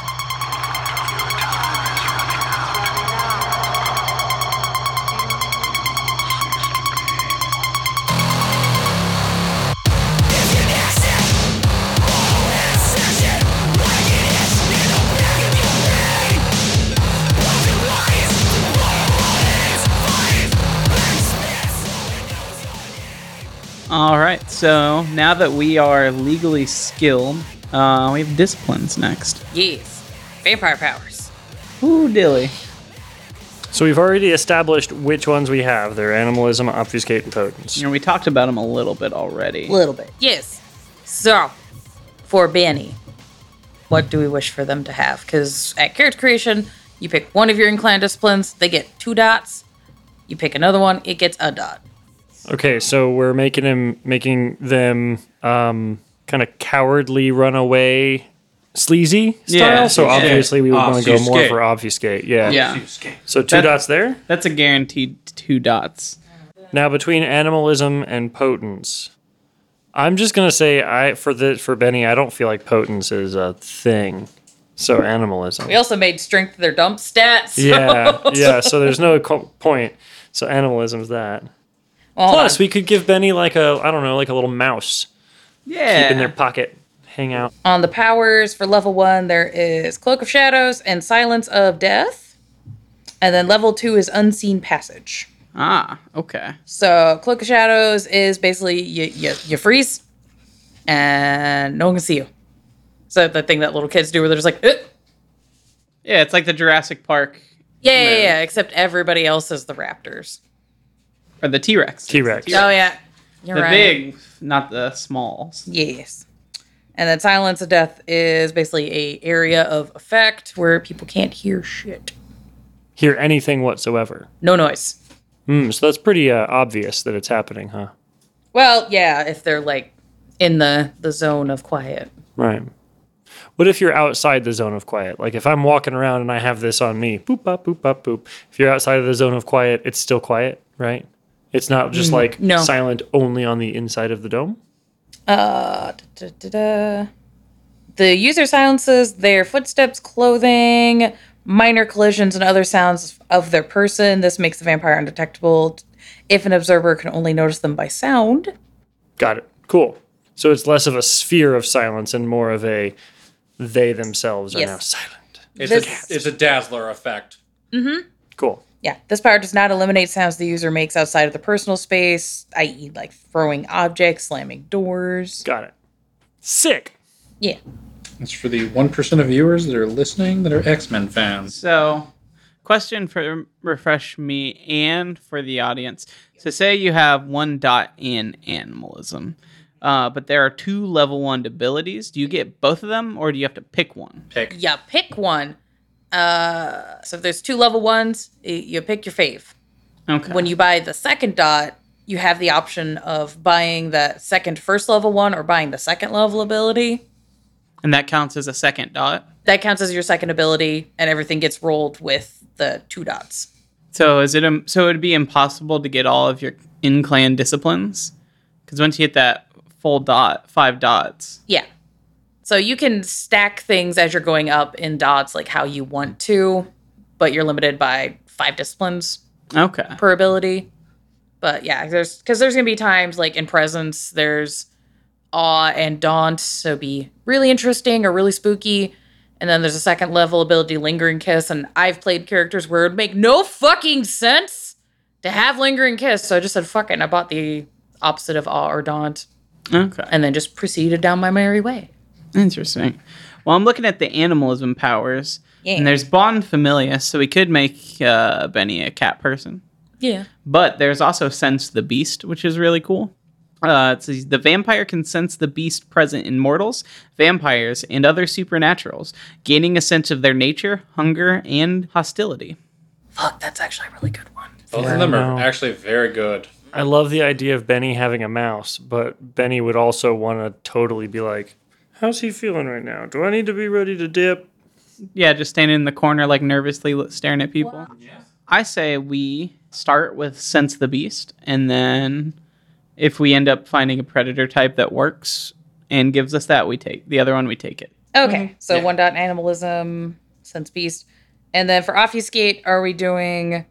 B: All right. So now that we are legally skilled, uh, we have disciplines next.
A: Yes, vampire powers.
B: Ooh, dilly.
C: So we've already established which ones we have. They're animalism, obfuscate, and potence.
B: You know, we talked about them a little bit already.
A: little bit. Yes. So, for Benny, what do we wish for them to have? Because at character creation, you pick one of your inclined disciplines, they get two dots. You pick another one, it gets a dot.
C: Okay, so we're making him making them um, kind of cowardly runaway sleazy style.
B: Yeah,
C: so
B: yeah.
C: obviously we would want to go more
D: Obfuscate.
C: for obfuscate. Yeah.
B: Yeah.
C: So two
B: That-
C: dots there.
B: That's a guaranteed two dots.
C: Now between animalism and potence, I'm just gonna say I for the for Benny, I don't feel like potence is a thing. So animalism.
A: We also made strength their dump stats.
C: yeah, yeah. So there's no co- point. So animalism's that.
A: Well, hold
C: Plus,
A: on.
C: we could give Benny like a I don't know, like a little mouse
B: Yeah.
C: in their pocket, hang out.
A: on the powers for level one, there is Cloak of Shadows and Silence of Death. And then level two is Unseen Passage.
B: ah, okay.
A: So Cloak of Shadows is basically you you, you freeze, and no one can see you. So the thing that little kids do, where they're just like, "Eh."
B: Yeah, it's like the Jurassic Park
A: yeah, yeah, yeah, except everybody else is the raptors.
B: or the T Rex.
C: T Rex.
A: Oh yeah, you're
B: The
A: right.
B: big, not the smalls.
A: yes. And then Silence of Death is basically a area of effect where people can't hear shit,
C: Hear anything whatsoever.
A: no noise.
C: Hmm. so that's pretty uh, obvious that it's happening, huh?
A: Well, yeah, if they're like in the the zone of quiet.
C: Right. What if you're outside the zone of quiet? Like if I'm walking around and I have this on me, boop, bop, boop, bop, boop. If you're outside of the zone of quiet, it's still quiet, right? It's not just like
A: Mm, no.
C: silent only on the inside of the dome.
A: Uh, da, da, da, da. The user silences their footsteps, clothing, minor collisions, and other sounds of their person. This makes the vampire undetectable if an observer can only notice them by sound.
C: Got it. Cool. So it's less of a sphere of silence and more of a they themselves are
A: Yes.
C: now silent.
D: It's,
A: This-
D: a, it's a dazzler effect.
C: Cool.
A: Yeah, this power does not eliminate sounds the user makes outside of the personal space, i.e., like throwing objects, slamming doors.
C: Got it. Sick.
A: Yeah.
E: It's for the one percent of viewers that are listening that are X Men fans.
B: So, question for refresh me and for the audience. So, say you have one dot in animalism, uh, but there are two level one abilities. Do you get both of them, or do you have to pick one?
E: Pick.
A: Yeah, pick one. Uh, so if there's two level ones, y- you pick your fave.
B: Okay.
A: when you buy the second dot, you have the option of buying the second first level one or buying the second level ability.
B: and that counts as a second dot.
A: That counts as your second ability, and everything gets rolled with the two dots.
B: So is it um, so it'd be impossible to get all of your in clan disciplines because once you hit that full dot, five dots.
A: Yeah. So you can stack things as you're going up in dots like how you want to, but you're limited by five disciplines
B: Okay.
A: per ability. But yeah, there's because there's gonna be times like in presence, there's awe and daunt, so be really interesting or really spooky. And then there's a second level ability, lingering kiss, and I've played characters where it would make no fucking sense to have lingering kiss. So I just said fuck it, and I bought the opposite of awe or daunt,
B: Okay.
A: and then just proceeded down my merry way.
B: Interesting. Well, I'm looking at the animalism powers,
A: Yeah.
B: and there's bond familia, so we could make uh, Benny a cat person.
A: Yeah.
B: But there's also sense the beast, which is really cool. Uh, it says, the vampire can sense the beast present in mortals, vampires, and other supernaturals, gaining a sense of their nature, hunger, and hostility.
A: Fuck, that's actually a really good one.
E: Both of them are
C: no.
E: actually very good.
C: I love the idea of Benny having a mouse, but Benny would also want to totally be like, "How's he feeling right now? Do I need to be ready to dip?"
B: Yeah, just standing in the corner, like nervously lo- staring at people. I say we start with sense the beast, and then if we end up finding a predator type that works and gives us that, we take the other one. We take it.
A: Okay. So
B: Yeah.
A: one dot animalism, sense beast. And then for obfuscate, are we doing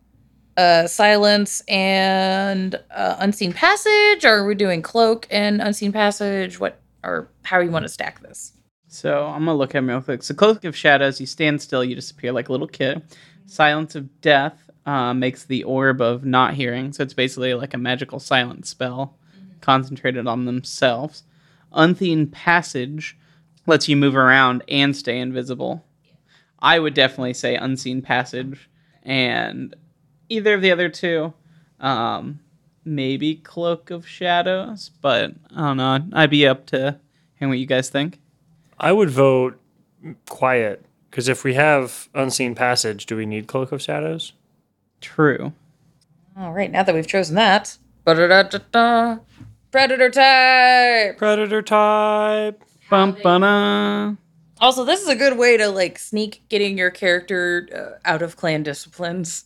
A: uh silence and uh, unseen passage? Or are we doing cloak and unseen passage? What or how you want to stack this?
B: So I'm gonna look at him real quick. So cloak of shadows, you stand still, you disappear like a little kid. Silence of death uh, makes the orb of not hearing, so it's basically like a magical silence spell concentrated on themselves. Unseen passage lets you move around and stay invisible. I would definitely say unseen passage, and either of the other two, um, maybe cloak of shadows, but I don't know. I'd be up to hearing what you guys think.
C: I would vote quiet because if we have unseen passage, do we need cloak of shadows?
B: True.
A: All right, now that we've chosen that. ba-da-da-da-da, Predator type.
C: Predator type.
B: Bum, ba-na.
A: Also, this is a good way to like sneak getting your character uh, out of clan disciplines,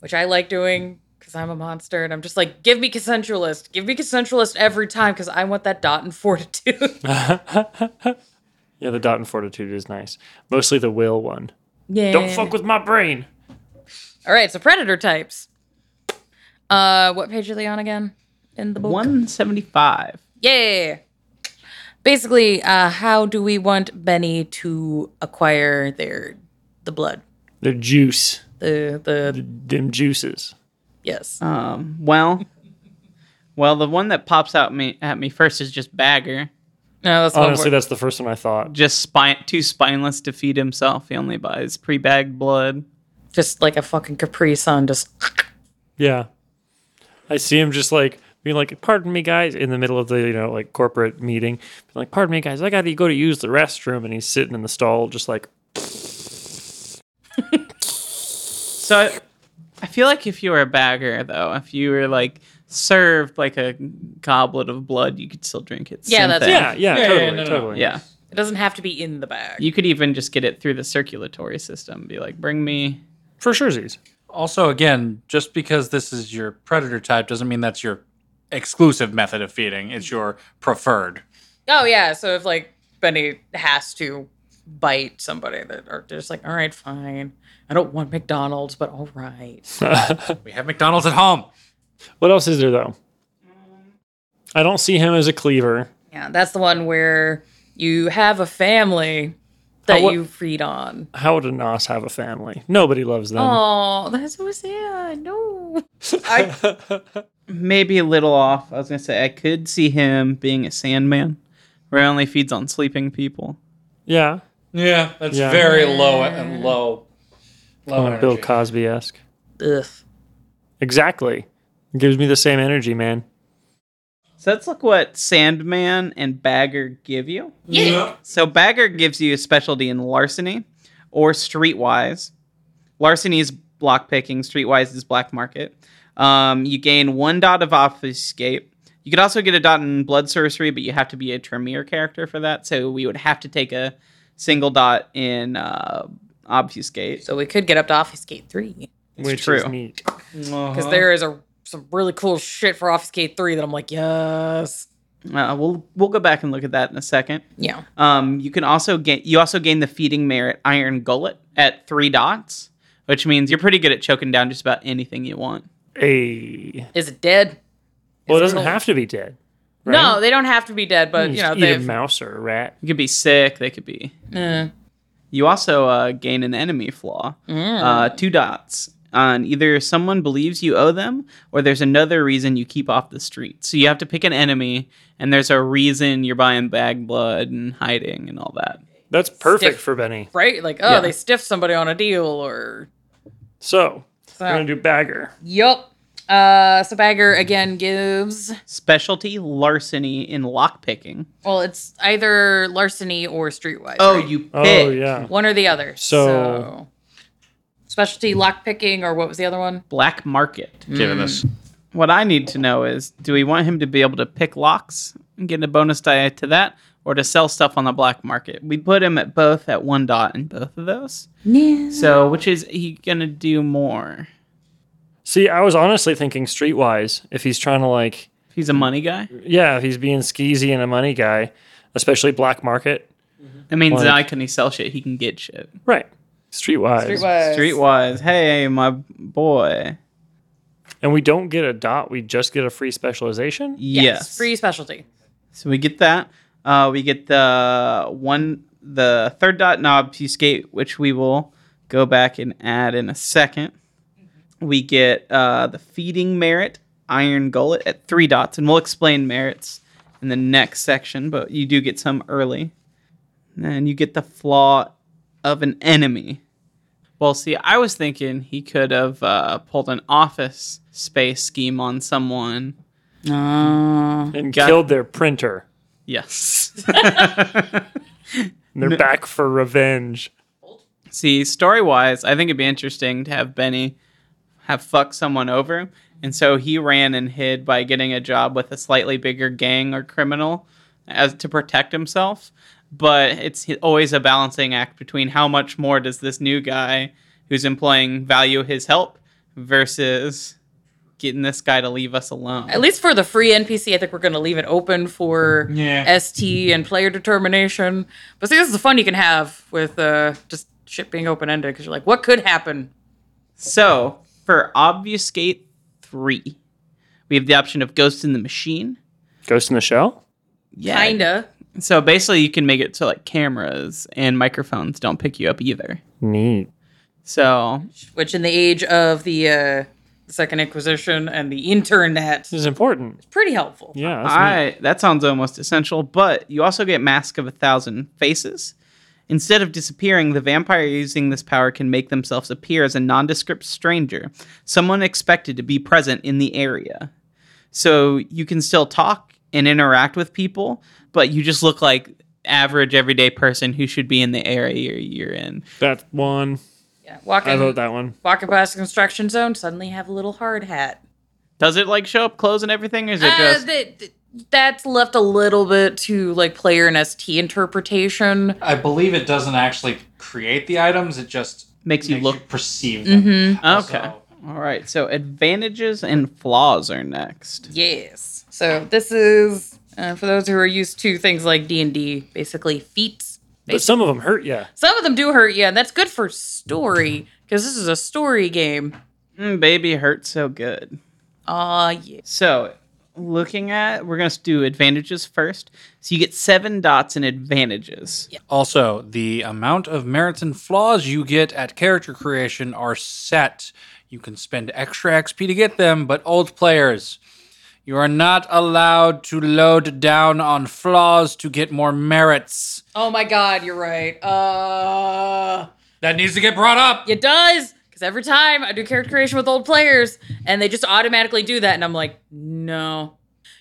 A: which I like doing because I'm a monster and I'm just like, give me consensualist, give me consensualist every time because I want that dot and fortitude.
C: Yeah, the dot and fortitude is nice. Mostly the will one.
A: yeah.
C: Don't fuck with my brain.
A: All right, so predator types. Uh, what page are they on again? In the book.
B: 175.
A: Yeah. Basically, uh, how do we want Benny to acquire their the blood?
C: The juice.
A: The the
C: Them juices.
A: yes.
B: Um, well, well, the one that pops out me at me first is just Bagger.
A: No, that's one
C: Honestly,
A: word.
C: that's the first one I thought.
B: Just spine, too spineless to feed himself. He only buys pre-bagged blood.
A: just like a fucking Capri Sun, just
C: Yeah. I see him just like being like, pardon me, guys, in the middle of the, you know, like corporate meeting. Being like, pardon me, guys, I got to go to use the restroom. And he's sitting in the stall, just like,
B: So I, I feel like if you were a Bagger, though, if you were like served like a goblet of blood, you could still drink it.
A: Yeah,
B: Same
A: that's-
B: thing.
C: yeah, yeah,
E: Yeah, yeah,
C: totally,
E: no, no,
C: totally.
B: yeah.
A: It doesn't have to be in the bag.
B: You could even just get it through the circulatory system. Be like, bring me.
C: For sure, Z's.
D: Also, again, just because this is your predator type doesn't mean that's your exclusive method of feeding. It's your preferred.
A: oh yeah, so if like Benny has to bite somebody, that or they're just like, all right, fine. I don't want McDonald's, but all right.
D: We have McDonald's at home.
C: What else is there though? I don't see him as a cleaver.
A: Yeah, that's the one where you have a family that
C: Oh, what-
A: you feed on.
C: How would a Nos have a family? Nobody loves them.
A: Oh, that's so sad. No.
B: maybe a little off. I was gonna say I could see him being a Sandman, where he only feeds on sleeping people.
C: Yeah,
E: Yeah, that's
C: Yeah.
E: very low
D: uh,
E: and low.
D: Oh,
E: Low energy.
C: Bill Cosby esque.
A: Ugh.
C: Exactly. gives me the same energy, man.
B: So let's look what Sandman and Bagger give you.
A: Yeah.
B: So Bagger gives you a specialty in larceny or streetwise. Larceny is blockpicking, streetwise is black market. Um, you gain one dot of obfuscate. You could also get a dot in blood sorcery, but you have to be a Tremere character for that. So we would have to take a single dot in uh, obfuscate.
A: So we could get up to Obfuscate 3
C: which
B: true.
C: is neat.
A: because there is a some really cool shit for Obfuscate 3 that I'm like, yes.
B: Uh, we'll we'll go back and look at that in a second.
A: Yeah.
B: Um, you can also gain you also gain the feeding merit Iron Gullet at three dots, which means you're pretty good at choking down just about anything you want.
C: Hey.
A: Is it dead?
C: Well, it
A: Is
C: doesn't
A: cold?
C: have to be dead.
A: No, they don't have to be dead, but you know,
C: Just eat a
A: they've.
C: mouse or a rat.
B: You could be sick. They could be.
A: Eh.
B: You also uh, gain an enemy flaw. Uh, two dots on either someone believes you owe them, or there's another reason you keep off the street. So you have to pick an enemy, and there's a reason you're buying bag blood and hiding and all that.
C: That's perfect
A: Stiff.
C: for Benny.
A: right? Like, oh,
B: Yeah.
A: they stiffed somebody on a deal or.
C: So we're
A: So.
C: gonna do Bagger.
A: Yup. Uh, so Bagger again gives.
B: Specialty larceny in lockpicking.
A: Well, it's either larceny or streetwise.
B: Oh,
A: right?
B: you pick.
C: Oh yeah.
A: One or the other.
C: So-
A: Specialty lockpicking, or what was the other one?
B: Black market.
C: Mm.
D: Given this,
B: What I need to know is do we want him to be able to pick locks and get a bonus die to that, or to sell stuff on the black market? We put him at both at one dot in both of those.
A: Yeah.
B: So, which is he gonna do more?
C: See, I was honestly thinking streetwise. If he's trying to like,
B: He's a money guy.
C: yeah, if he's being skeezy and a money guy, especially black market,
B: That means
C: Like-
B: not can he sell shit, he can get shit.
C: right? Streetwise.
B: Streetwise, hey, my boy.
C: And we don't get a dot. We just get a free specialization.
B: Yes.
A: Free specialty.
B: So we get that. Uh, we get the one, the third dot and obfuscate, which we will go back and add in a second. We get uh, the feeding merit, iron gullet at three dots, and we'll explain merits in the next section. But you do get some early. And then you get the flaw of an enemy. Well, see, I was thinking he could have uh, pulled an office space scheme on someone.
C: And
B: Got-
C: killed their printer.
B: Yes.
C: And they're back for revenge.
B: See, story wise, I think it'd be interesting to have Benny have fucked someone over. And so he ran and hid by getting a job with a slightly bigger gang or criminal as to protect himself. But it's always a balancing act between how much more does this new guy who's employing value his help versus getting this guy to leave us alone.
A: At least for the free NPC, I think we're going to leave it open for
E: Yeah.
A: ST and player determination. But see, this is the fun you can have with uh, just shit being open ended because you're like, what could happen?
B: So for Obfuscate 3, we have the option of Ghost in the Machine.
C: Ghost in the Shell.
B: Yeah.
A: Kinda.
B: So basically, you can make it so like cameras and microphones don't pick you up either.
C: Neat.
B: So
A: Which in the age of the uh, Second Inquisition and the internet,
C: This is important.
A: pretty helpful.
C: Yeah. that's neat.
B: I that sounds almost essential, but you also get Mask of a Thousand Faces. Instead of disappearing, the vampire using this power can make themselves appear as a nondescript stranger, someone expected to be present in the area. So you can still talk and interact with people, but you just look like average everyday person who should be in the area you're in.
C: That one.
A: Yeah.
C: I vote
A: Walking,
C: that one.
A: walking past a construction zone, suddenly have a little hard hat.
B: Does it like show up clothes and everything, or is it
A: Uh,
B: just
A: that- that- that's left a little bit to like player and ST interpretation.
D: I believe it doesn't actually create the items; it just
B: makes you
D: makes
B: look
D: you perceive them.
A: Mm-hmm.
B: Okay.
D: So-
B: All right. So advantages and flaws are next.
A: Yes. So this is uh, for those who are used to things like D and D, basically feats.
C: But some of them hurt you.
A: Some of them do hurt you, and that's good for story because this is a story game.
B: Mm, baby hurts so good.
A: Ah, yeah.
B: So looking at, we're gonna do advantages first. So you get seven dots in advantages.
D: Also, the amount of merits and flaws you get at character creation are set. You can spend extra XP to get them, but old players, you are not allowed to load down on flaws to get more merits.
A: Oh my God, you're right. Uh,
D: That needs to get brought up.
A: it does because every time I do character creation with old players, and they just automatically do that, and I'm like, no.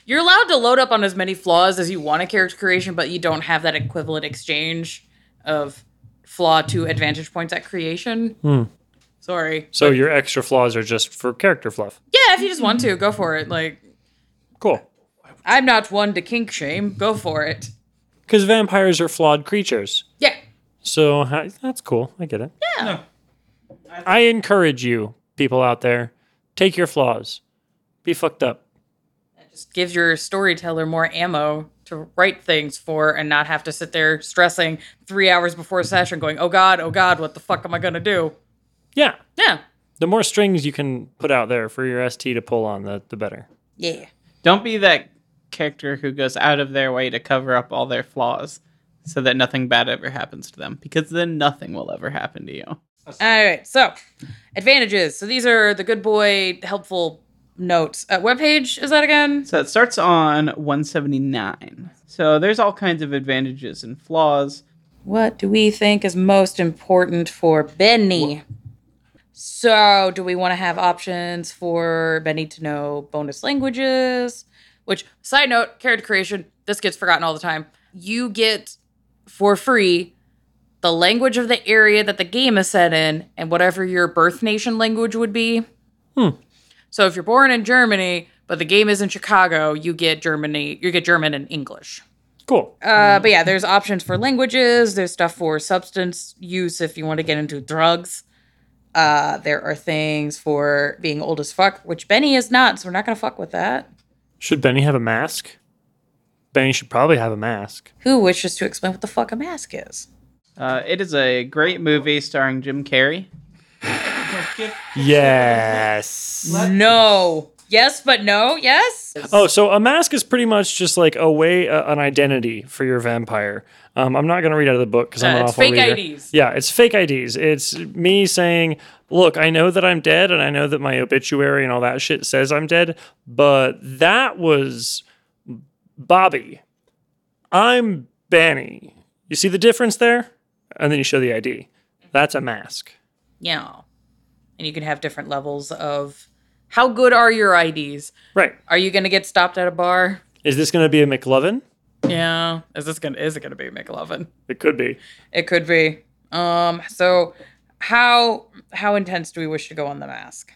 A: You're allowed to load up on as many flaws as you want in character creation, but you don't have that equivalent exchange of flaw to advantage points at creation. Sorry.
C: So your extra flaws are just for character fluff.
A: Yeah, if you just want to, go for it. Like,
C: Cool.
A: I'm not one to kink shame. Go for it.
C: Because vampires are flawed creatures.
A: Yeah.
C: So hi- that's cool. I get it. Yeah. I encourage you, people out there, take your flaws, be fucked up.
A: Just gives your storyteller more ammo to write things for and not have to sit there stressing three hours before a session going, oh God, oh God, what the fuck am I going to do?
C: Yeah.
A: Yeah.
C: The more strings you can put out there for your ST to pull on, the, the better.
A: Yeah.
B: Don't be that character who goes out of their way to cover up all their flaws so that nothing bad ever happens to them, because then nothing will ever happen to you.
A: All right. So, advantages. So, these are the good boy helpful notes. Uh, what page is that again?
B: So it starts on 179. So there's all kinds of advantages and flaws.
A: What do we think is most important for Benny? So, do we want to have options for Benny to know bonus languages? Which, side note, character creation, this gets forgotten all the time. You get for free the language of the area that the game is set in and whatever your birth nation language would be. So, if you're born in Germany, but the game is in Chicago, you get Germany, you get German and English.
C: Cool.
A: Uh, but yeah, there's options for languages. There's stuff for substance use if you want to get into drugs. Uh, there are things for being old as fuck, which Benny is not, so we're not gonna fuck with that.
C: Should Benny have a mask? Benny should probably have a mask.
A: Who wishes to explain what the fuck a mask is?
B: Uh, it is a great movie starring Jim Carrey.
C: Yes.
A: No. Yes, but no. Yes.
C: Oh, so a mask is pretty much just like a way, uh, an identity for your vampire. Um, I'm not going to read out of the book because I'm
A: Uh,
C: an
A: it's
C: awful
A: fake
C: reader.
A: IDs.
C: Yeah, it's fake IDs. It's me saying, "Look, I know that I'm dead, and I know that my obituary and all that shit says I'm dead, but that was Bobby. I'm Benny. You see the difference there? And then you show the ID. That's a mask.
A: Yeah. And you can have different levels of how good are your IDs?
C: Right?
A: Are you gonna get stopped at a bar?
C: Is this going to be a McLovin?
A: Yeah. Is this gonna is it gonna be McLovin?
C: It could be.
A: It could be. Um, so how how intense do we wish to go on the mask?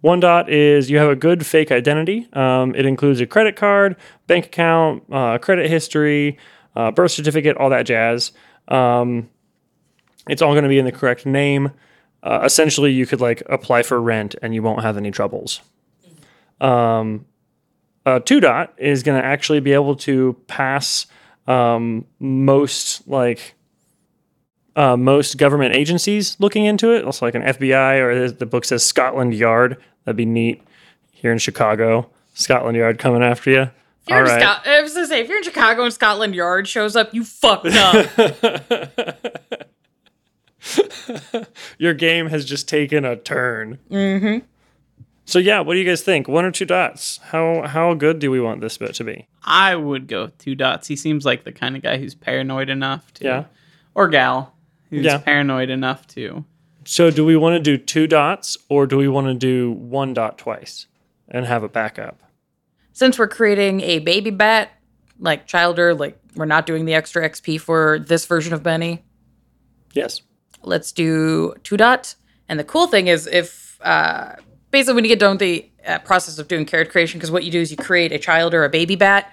C: One dot is you have a good fake identity. Um, it includes a credit card, bank account, uh, credit history, uh, birth certificate, all that jazz. Um, it's all going to be in the correct name. Uh, essentially, you could like apply for rent and you won't have any troubles. Um, uh, two dot is going to actually be able to pass um, most like uh, most government agencies looking into it. Also, like an FBI or the- the book says Scotland Yard. That'd be neat here in Chicago. Scotland Yard coming after you.
A: If you're in Sco- I was gonna say if you're in Chicago and Scotland Yard shows up, you fucked up.
C: Your game has just taken a turn. Mm-hmm. So yeah, what do you guys think? One or two dots? How how good do we want this bit to be?
B: I would go with two dots. He seems like the kind of guy who's paranoid enough to,
C: Yeah.
B: or gal who's
C: Yeah.
B: paranoid enough to.
C: So do we want to do two dots or do we want to do one dot twice and have a backup?
A: Since we're creating a baby bat, like childer, like we're not doing the extra XP for this version of Benny.
C: Yes.
A: let's do two dot. And the cool thing is if uh, basically when you get done with the uh, process of doing character creation, because what you do is you create a child or a baby bat,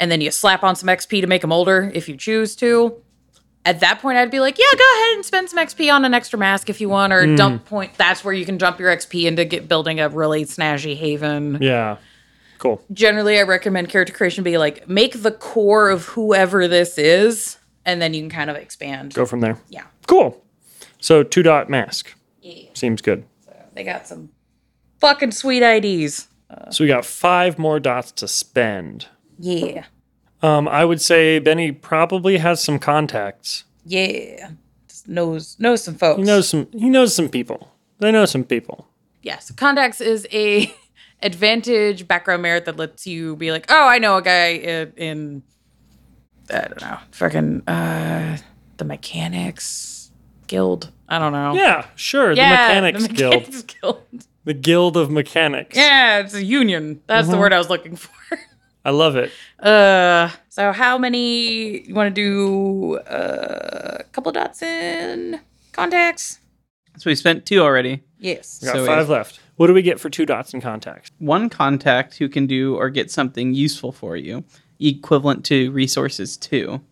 A: and then you slap on some XP to make them older if you choose to. At that point, I'd be like, yeah, go ahead and spend some XP on an extra mask if you want, or dump point. That's where you can dump your XP into get building a really snazzy haven
C: Yeah. Cool.
A: generally I recommend character creation be like make the core of whoever this is, and then you can kind of expand.
C: Go from there.
A: Yeah.
C: Cool. So two dot mask. Seems good.
A: They got some fucking sweet IDs.
C: So we got five more dots to spend.
A: Yeah.
C: Um, I would say Benny probably has some contacts.
A: Yeah. Just knows knows some folks.
C: He knows some. He knows some people. They know some people.
A: Yes. Contacts is a advantage background merit that lets you be like, oh, I know a guy in, in I don't know, fucking uh the mechanics guild. I don't know.
C: Yeah, sure.
A: Yeah,
C: the Mechanics Guild,
A: Mechanics Guild.
C: the Guild of Mechanics.
A: Yeah, it's a union. That's
C: Mm-hmm.
A: the word I was looking for.
C: I love it.
A: Uh, so how many you want to do? uh, A couple dots in contacts.
B: So we spent two already.
A: Yes.
C: We got
B: So
C: five
B: is-
C: left. What do we get for two dots and contacts?
B: One contact who can do or get something useful for you, equivalent to resources two.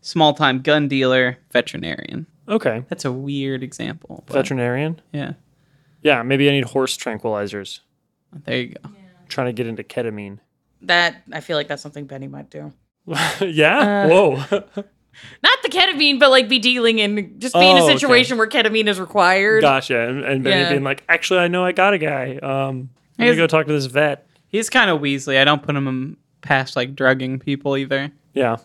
B: Small time gun dealer, veterinarian.
C: Okay,
B: That's a weird example. but
C: veterinarian.
B: Yeah.
C: Yeah, maybe I need horse tranquilizers.
B: There you go.
C: trying to get into ketamine.
A: That I feel like that's something Benny might do.
C: yeah. Whoa.
A: Not the ketamine, but like be dealing in just be in
C: Oh,
A: a
C: okay.
A: situation where ketamine is required.
C: gotcha. And, and Benny
A: Yeah.
C: being like, actually, I know I got a guy. Um, I'm gonna
B: Is-
C: go talk to this vet.
B: He's kind of Weasley. I don't put him past like drugging people either.
C: Yeah.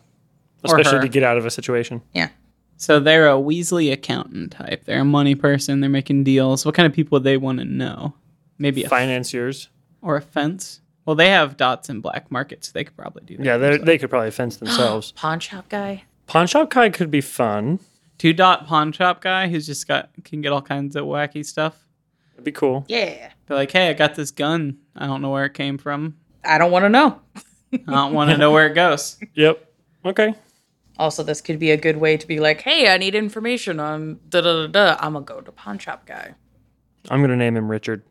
B: Or
C: Especially
B: her.
C: to get out of a situation.
A: Yeah.
B: So they're a Weasley accountant type. They're a money person. They're making deals. What kind of people would they want to know? Maybe a
C: Financiers.
B: or a fence. Well, they have dots in black market, so they could probably do that.
C: Yeah, they they could probably fence themselves.
A: Pawn shop guy.
C: Pawn shop guy could be fun.
B: Two dot pawn shop guy who's just got can get all kinds of wacky stuff.
C: That'd be cool.
A: Yeah.
B: Be like, hey, I got this gun. I don't know where it came from.
A: I don't want to know.
B: I don't want to know where it goes.
C: Yep. Okay.
A: Also, this could be a good way to be like, hey, I need information on da da da da. I'm gonna go to pawn shop guy.
C: I'm gonna name him Richard.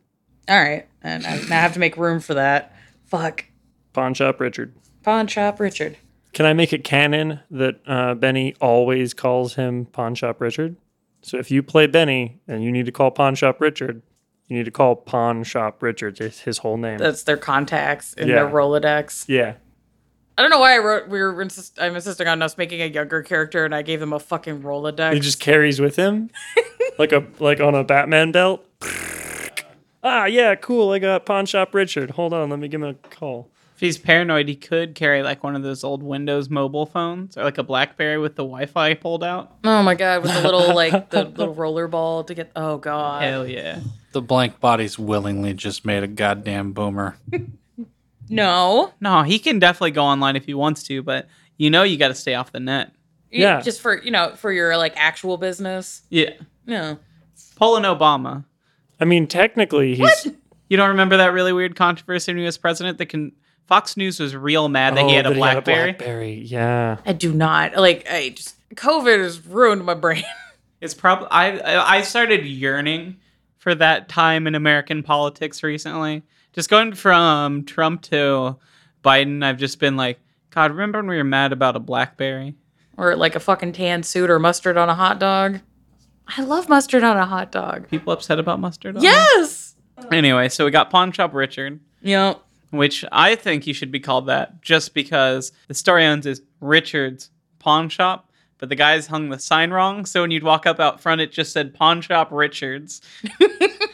A: All right, and I now have to make room for that. Fuck.
C: Pawn shop Richard.
A: Pawn shop Richard.
C: Can I make it canon that uh, Benny always calls him Pawn shop Richard? So if you play Benny and you need to call Pawn Shop Richard, you need to call Pawn Shop Richard. It's his whole name.
A: That's their contacts and
C: Yeah.
A: their Rolodex.
C: yeah.
A: I don't know why I wrote. We were insist- I'm insisting on us making a younger character, and I gave them a fucking Rolodex.
C: He just carries with him like a like on a Batman belt. ah, yeah, cool. I got Pawn Shop Richard. Hold on, let me give him a call.
B: If he's paranoid, he could carry like one of those old Windows mobile phones or like a BlackBerry with the Wi-Fi pulled out.
A: oh my god, with the little like the little roller ball to get. Oh god.
B: Hell yeah!
D: The blank body's willingly just made a goddamn boomer.
A: No.
B: No, he can definitely go online if he wants to, but you know you got to stay off the net.
A: You-
C: Yeah.
A: Just for you know for your like actual business.
B: Yeah,
A: No.
B: Poland Obama.
C: I mean, technically he's
B: You don't remember that really weird controversy when he was president? That can Fox News was real mad that
C: Oh,
B: he had a
C: that
B: BlackBerry.
C: Blackberry. Yeah.
A: I do not like. I just COVID has ruined my brain.
B: It's probably I I I started yearning for that time in American politics recently. Just going from Trump to Biden, I've just been like, God, remember when we were mad about a BlackBerry?
A: or like a fucking tan suit or mustard on a hot dog. I love mustard on a hot dog.
B: People upset about mustard.
A: Uh-huh.
B: oil?
A: Yes.
B: Anyway, so we got Pawn Shop Richard,
A: Yep.
B: which I think he should be called that, just because the story owns is Richard's Pawn Shop, but the guys hung the sign wrong, so when you'd walk up out front, it just said Pawn Shop Richards.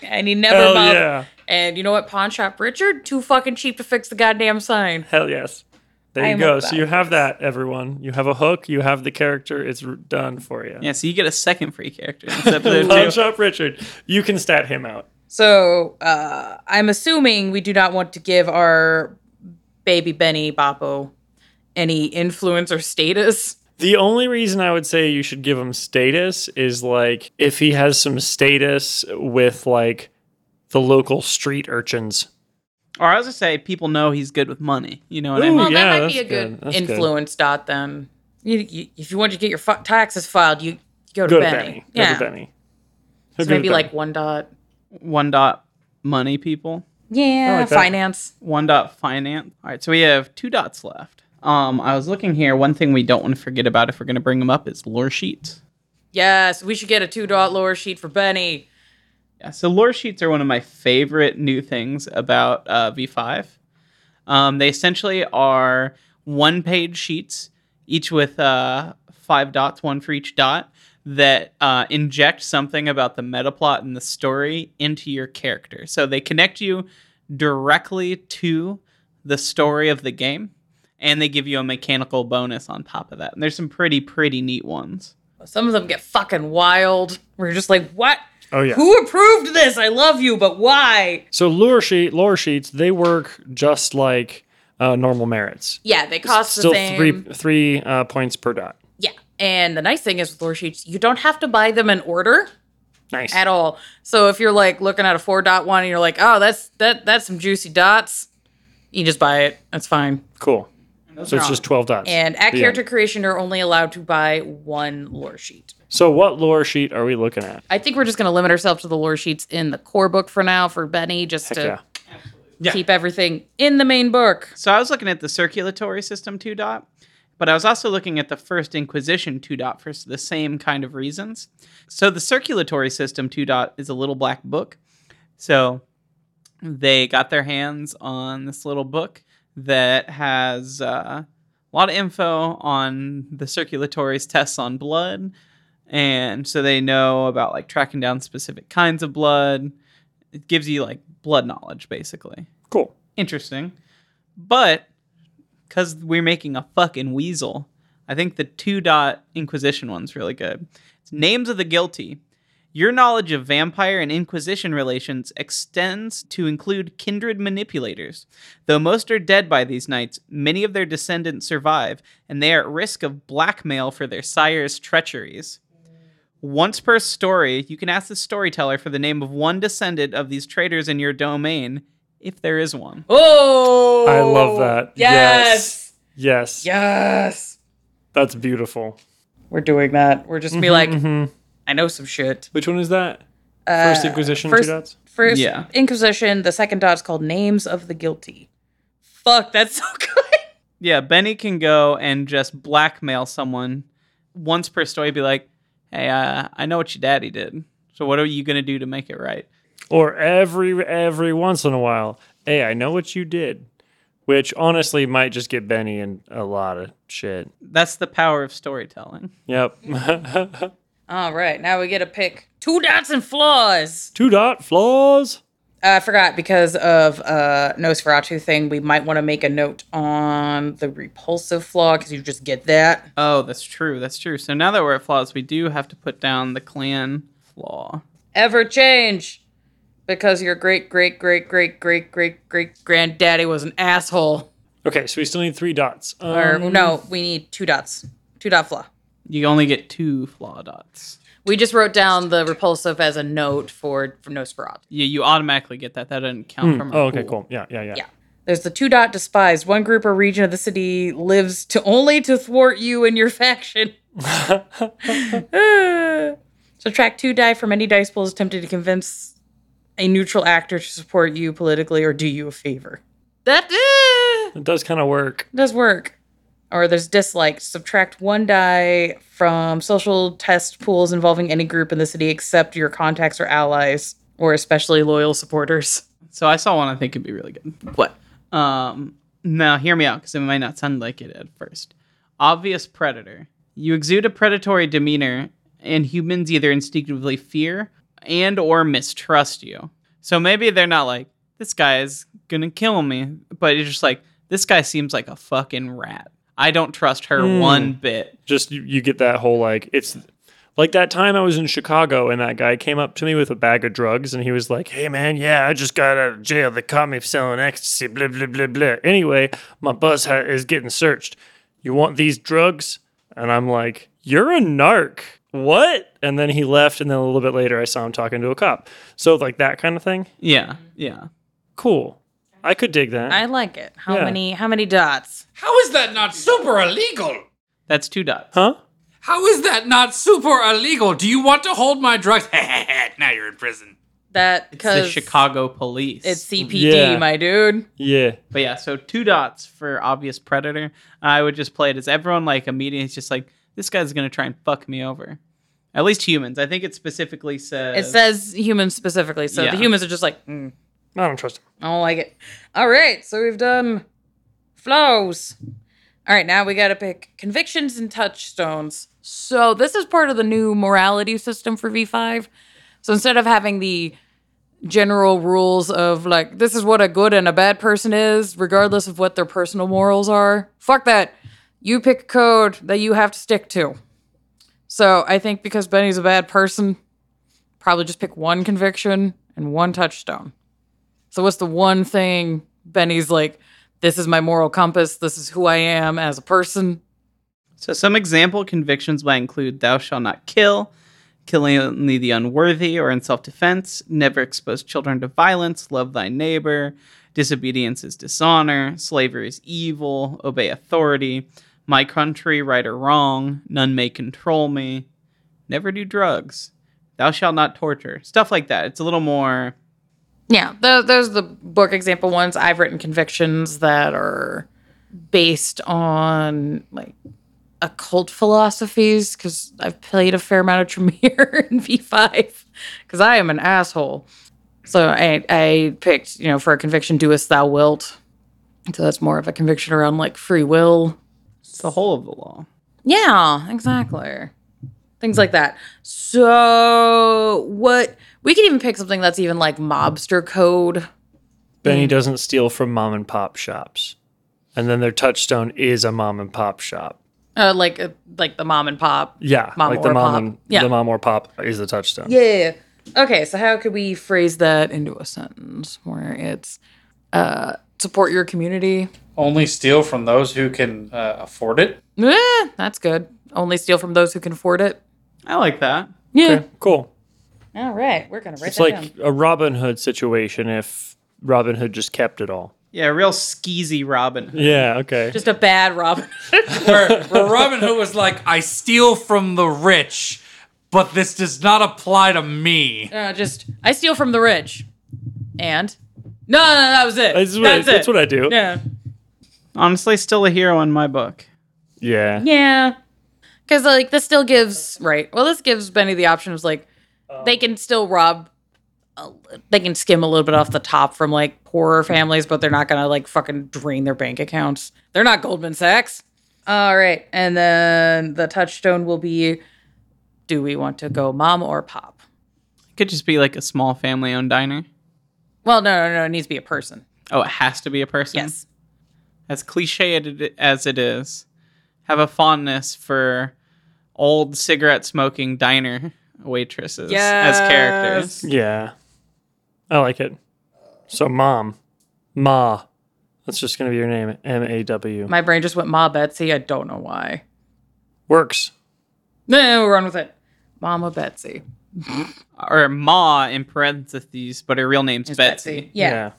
A: And he never
C: Hell
A: bothered.
C: yeah.
A: And you know what? Pawn shop Richard too fucking cheap to fix the goddamn sign.
C: Hell yes. There
A: I
C: you
A: am
C: go.
A: with
C: So
A: that.
C: you have that, everyone. You have a hook. You have the character. It's r- done for you.
B: Yeah, so you get a second free character instead of the
C: Pawn
B: two.
C: Shop Richard. You can stat him out.
A: So uh, I'm assuming we do not want to give our baby Benny Bappo any influence or status.
C: The only reason I would say you should give him status is like if he has some status with like the local street urchins.
B: Or I was gonna say, people know he's good with money. You know what I
C: Ooh,
B: mean?
A: Well,
C: yeah,
A: that might be a
C: that's
A: good,
C: good. That's good.
A: influence dot then. You, you, if you want to get your fu- taxes filed, you go to
C: Go to
A: Benny.
C: Benny.
A: Yeah.
C: Go to Benny.
A: So
C: Go to
A: maybe
C: Benny.
A: like one dot.
B: One dot money people.
A: Yeah,
C: like that.
A: finance.
B: One dot finance. All right, so we have two dots left. Um, I was looking here. One thing we don't want to forget about if we're gonna bring them up is lore sheets.
A: Yes, we should get a two dot lower sheet for Benny.
B: Yeah, so lore sheets are one of my favorite new things about uh, V5. Um, they essentially are one page sheets, each with uh, five dots, one for each dot, that uh, inject something about the meta plot and the story into your character. So they connect you directly to the story of the game, and they give you a mechanical bonus on top of that. And there's some pretty, pretty neat ones.
A: Some of them get fucking wild. We're just like, what?
C: Oh yeah.
A: Who approved this? I love you, but why?
C: So lore sheet lore sheets they work just like uh, normal merits.
A: Yeah, they cost
C: Still
A: the same.
C: three three uh, points per dot.
A: Yeah, and the nice thing is with lore sheets, you don't have to buy them in order
C: Nice.
A: at all. So if you're like looking at a four dot one and you're like, oh, that's that that's some juicy dots, you just buy it. That's fine.
C: Cool. So it's just twelve dots.
A: And at
C: The
A: character
C: end.
A: creation, you're only allowed to buy one lore sheet.
C: So what lore sheet are we looking at?
A: I think we're just going to limit ourselves to the lore sheets in the core book for now for Benny, just
C: Heck
A: to
C: yeah.
A: keep everything in the main book.
B: So I was looking at the circulatory system two dot, but I was also looking at the first Inquisition two dot for the same kind of reasons. So the circulatory system two dot is a little black book. So they got their hands on this little book that has uh, a lot of info on the circulatory's tests on blood. And so they know about like tracking down specific kinds of blood. It gives you like blood knowledge basically
C: Cool.
B: interesting. But because we're making a fucking weasel, I think the two dot Inquisition one's really good. It's Names of the Guilty. Your knowledge of vampire and Inquisition relations extends to include kindred manipulators. Though most are dead by these knights, many of their descendants survive, and they are at risk of blackmail for their sire's treacheries. Once per story, you can ask the storyteller for the name of one descendant of these traitors in your domain, if there is one.
A: Oh,
C: I love that.
A: Yes,
C: Yes.
A: yes.
C: That's beautiful.
A: We're doing that. We're just be like,
C: Mhm.
A: I know some shit.
C: Which one is that?
A: Uh,
C: First Inquisition
A: first-
C: two dots?
A: First
B: Yeah.
A: Inquisition. The second dot's called Names of the Guilty. Fuck, that's so good.
B: Yeah, Benny can go and just blackmail someone once per story, be like, hey, uh, I know what your daddy did. So what are you gonna do to make it right?
C: or every every once in a while, hey, I know what you did, which honestly might just get Benny in a lot of shit.
B: That's the power of storytelling.
C: Yep.
A: All right, now we get a pick. Two dots and flaws.
C: Two dot flaws.
A: I forgot because of uh Nosferatu thing. We might want to make a note on the repulsive flaw because you just get that.
B: Oh, that's true. That's true. So now that we're at flaws, we do have to put down the clan flaw.
A: Ever change because your great great great great great great great granddaddy was an asshole.
C: Okay, so we still need three dots. Um,
A: Or no, we need two dots. Two dot flaw.
B: You only get two flaw dots.
A: We just wrote down the repulsive as a note for, for Nosferatu.
B: Yeah, you automatically get that. That doesn't count from. our
C: Oh, okay,
B: pool.
C: cool. Yeah, yeah, yeah.
A: Yeah. There's the two dot despised. One group or region of the city lives to only to thwart you and your faction. Subtract two die from any dice pool attempted to convince a neutral actor to support you politically or do you a favor. That eh,
C: It does kind of work.
A: does work. Or there's dislike. Subtract one die from social test pools involving any group in the city except your contacts or allies, or especially loyal supporters.
B: So I saw one I think could be really good.
A: What?
B: Um, now hear me out because it might not sound like it at first. Obvious predator. You exude a predatory demeanor, and humans either instinctively fear and or mistrust you. So maybe they're not like this guy is gonna kill me, but it's just like this guy seems like a fucking rat. I don't trust her
A: Hmm.
B: one bit.
C: Just you, you get that whole like it's like that time I was in Chicago and that guy came up to me with a bag of drugs and he was like, "Hey man, yeah, I just got out of jail. They caught me selling ecstasy. Blah blah blah blah. Anyway, my bus ha- is getting searched. You want these drugs?" And I'm like, "You're a narc." What? And then he left, and then a little bit later, I saw him talking to a cop. So like that kind of thing.
B: Yeah, yeah.
C: Cool. I could dig that.
A: I like it. How
C: Yeah.
A: many how many dots?
D: How is that not super illegal?
B: That's two dots.
C: huh?
D: How is that not super illegal? Do you want to hold my drugs? now you're in prison.
A: That
B: It's the
A: because
B: Chicago police.
A: It's CPD,
C: Yeah.
A: my dude.
C: Yeah.
B: But yeah, so two dots for obvious predator. I would just play it as everyone like immediately is just like, this guy's gonna try and fuck me over. At least humans. I think it specifically says
A: It says humans specifically, so
B: Yeah.
A: the humans are just like, mm,
C: I don't trust him.
A: I don't like it. All right, so we've done flows. All right, now we got to pick convictions and touchstones. So this is part of the new morality system for V5. So instead of having the general rules of like this is what a good and a bad person is regardless of what their personal morals are fuck that you pick a code that you have to stick to so i think because benny's a bad person probably just pick one conviction and one touchstone so what's the one thing benny's like this is my moral compass this is who i am as a person
B: So some example convictions might include thou shalt not kill, killing only the unworthy or in self defense, never expose children to violence, love thy neighbor, disobedience is dishonor, slavery is evil, obey authority, my country, right or wrong, none may control me, never do drugs, thou shalt not torture, stuff like that. It's a little more
A: Yeah, th those are the book example ones. I've written convictions that are based on like occult philosophies because I've played a fair amount of Tremere in V5 because I am an asshole. So I, I picked, you know, for a conviction, doest thou wilt. So that's more of a conviction around like free will.
B: it's the whole of the law.
A: Yeah, exactly. Things like that. So what we could even pick something that's even like mobster code.
C: Benny doesn't steal from mom and pop shops. And then their touchstone is a mom and pop shop.
A: Uh, like uh, like the mom and pop.
C: Yeah.
A: Mom
C: like the
A: or
C: mom
A: pop.
C: and
A: Yeah.
C: the mom or pop is the touchstone.
A: Yeah. Okay, so how could we phrase that into a sentence where it's uh, support your community?
E: Only steal from those who can uh, afford it.
A: Eh, that's good. Only steal from those who can afford it.
B: I like that.
A: Yeah.
C: Okay, cool.
A: All right, we're gonna write
C: It's
A: that
C: like
A: down.
C: a Robin Hood situation if Robin Hood just kept it all.
B: Yeah, real skeezy Robin. Hood.
C: Yeah, okay.
A: Just a bad Robin.
D: Where, where Robin Hood was like, I steal from the rich, but this does not apply to me.
A: uh, just I steal from the rich, and no, no, no that was it.
C: that's, what,
A: that's
C: I, that's
A: it.
C: what I do.
A: yeah.
B: Honestly, still a hero in my book.
C: Yeah.
A: Yeah. Because like this still gives right. Well, this gives Benny the option of like they can still rob. a li- They can skim a little bit off the top from like poorer families, but they're not gonna like fucking drain their bank accounts. They're not Goldman Sachs. All right, and then the touchstone will be: Do we want to go mom or pop?
B: It could just be like a small family owned diner.
A: Well, no, no, no. It needs to be a person.
B: Oh, it has to be a person.
A: Yes.
B: As cliche it- as it is, have a fondness for old cigarette smoking diner waitresses as characters.
C: Yeah. I like it. So mom. Ma. That's just gonna be your name. M A W.
A: My brain just went Ma Betsy. I don't know why.
C: Works.
A: No, no, no, we're on with it. Mama Betsy.
B: Or Ma in parentheses, but her real name's
A: It's
B: Betsy.
A: Yeah.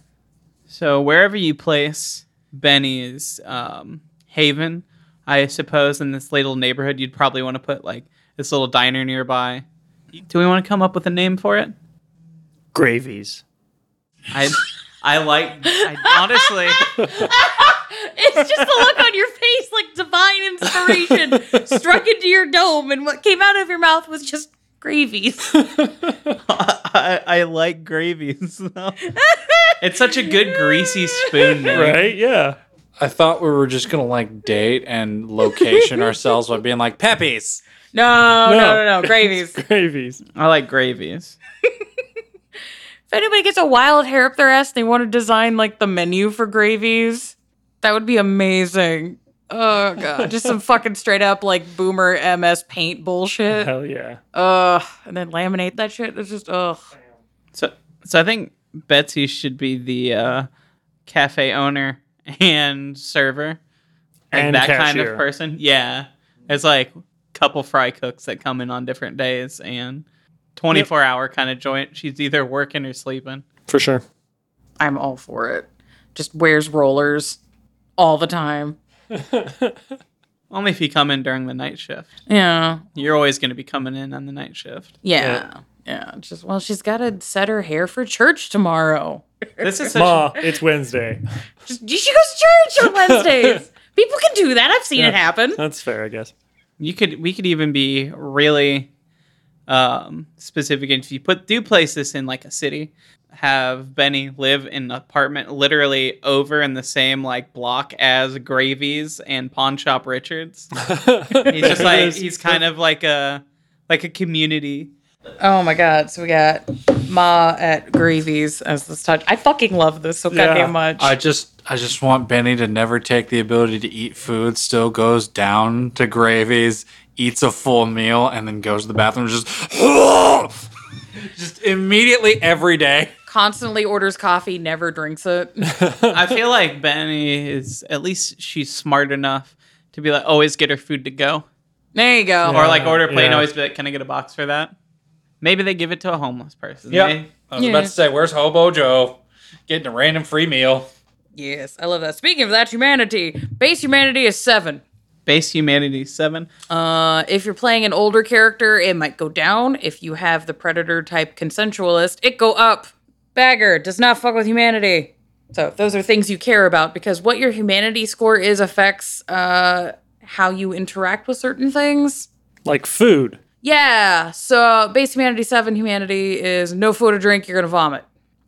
B: So wherever you place Benny's um, haven, I suppose in this little neighborhood, you'd probably want to put like this little diner nearby. Do we want to come up with a name for it?
C: Gravies.
B: I, I like. I, honestly,
A: It's just the look on your face, like divine inspiration struck into your dome, and what came out of your mouth was just gravies.
B: I, I like gravies. though. it's such a good greasy spoon name.
C: Right? Oh, Yeah.
D: I thought we were just gonna like date and location ourselves by being like Pepe's.
A: No, no,
C: No.
A: no, no, gravies. if
C: Gravies.
B: I like gravies.
A: anybody gets a wild hair up their ass, they want to design like the menu for gravies. That would be amazing. Oh god, just some fucking straight up like boomer MS paint bullshit.
C: Hell yeah.
A: Ugh, and then laminate that shit. It's just ugh.
B: So, so I think Betsy should be the uh, cafe owner and server, like
C: And
B: that kind
C: cashier.
B: of person. Yeah, it's like couple fry cooks that come in on different days and twenty four hour kind of joint. She's either working or sleeping.
C: For sure.
A: I'm all for it. Just wears rollers all the time.
B: Only if you come in during the night shift.
A: Yeah.
B: You're always going to be coming in on the night shift.
A: Yeah. Yeah. it's Just well, she's got to set her hair for church tomorrow.
B: This is such
C: Ma, it's Wednesday.
A: Just, she goes to church on Wednesdays. People can do that. I've seen it happen.
C: That's fair, I guess.
B: You could we could even be really um specific if you put do place this in like a city, have Benny live in an apartment literally over in the same like block as Gravies and Pawn Shop Richards. he's just like he's kind of like a like a community.
A: Oh my god! So we got Ma at Gravy's as this touch. I fucking love this so
C: Yeah.
A: goddamn much.
D: I just I just want Benny to never take the ability to eat food, still goes down to gravies, eats a full meal, and then goes to the bathroom just just immediately every day.
A: Constantly orders coffee, never drinks it.
B: I feel like Benny is at least she's smart enough to be like always get her food to go.
A: There you go.
B: Or like order play and
C: Yeah.
B: always be like, Can I get a box for that? Maybe they give it to a homeless person. They-
D: I was
A: Yeah.
D: about to say, where's Hobo Joe? Getting a random free meal.
A: Yes, I love that. Speaking of that, humanity base humanity is seven.
B: Base humanity seven.
A: Uh, if you're playing an older character, it might go down. If you have the predator type consensualist, it go up. Bagger does not fuck with humanity. So those are things you care about because what your humanity score is affects uh, how you interact with certain things.
C: Like food.
A: Yeah. So base humanity seven humanity is no food or drink. You're gonna vomit.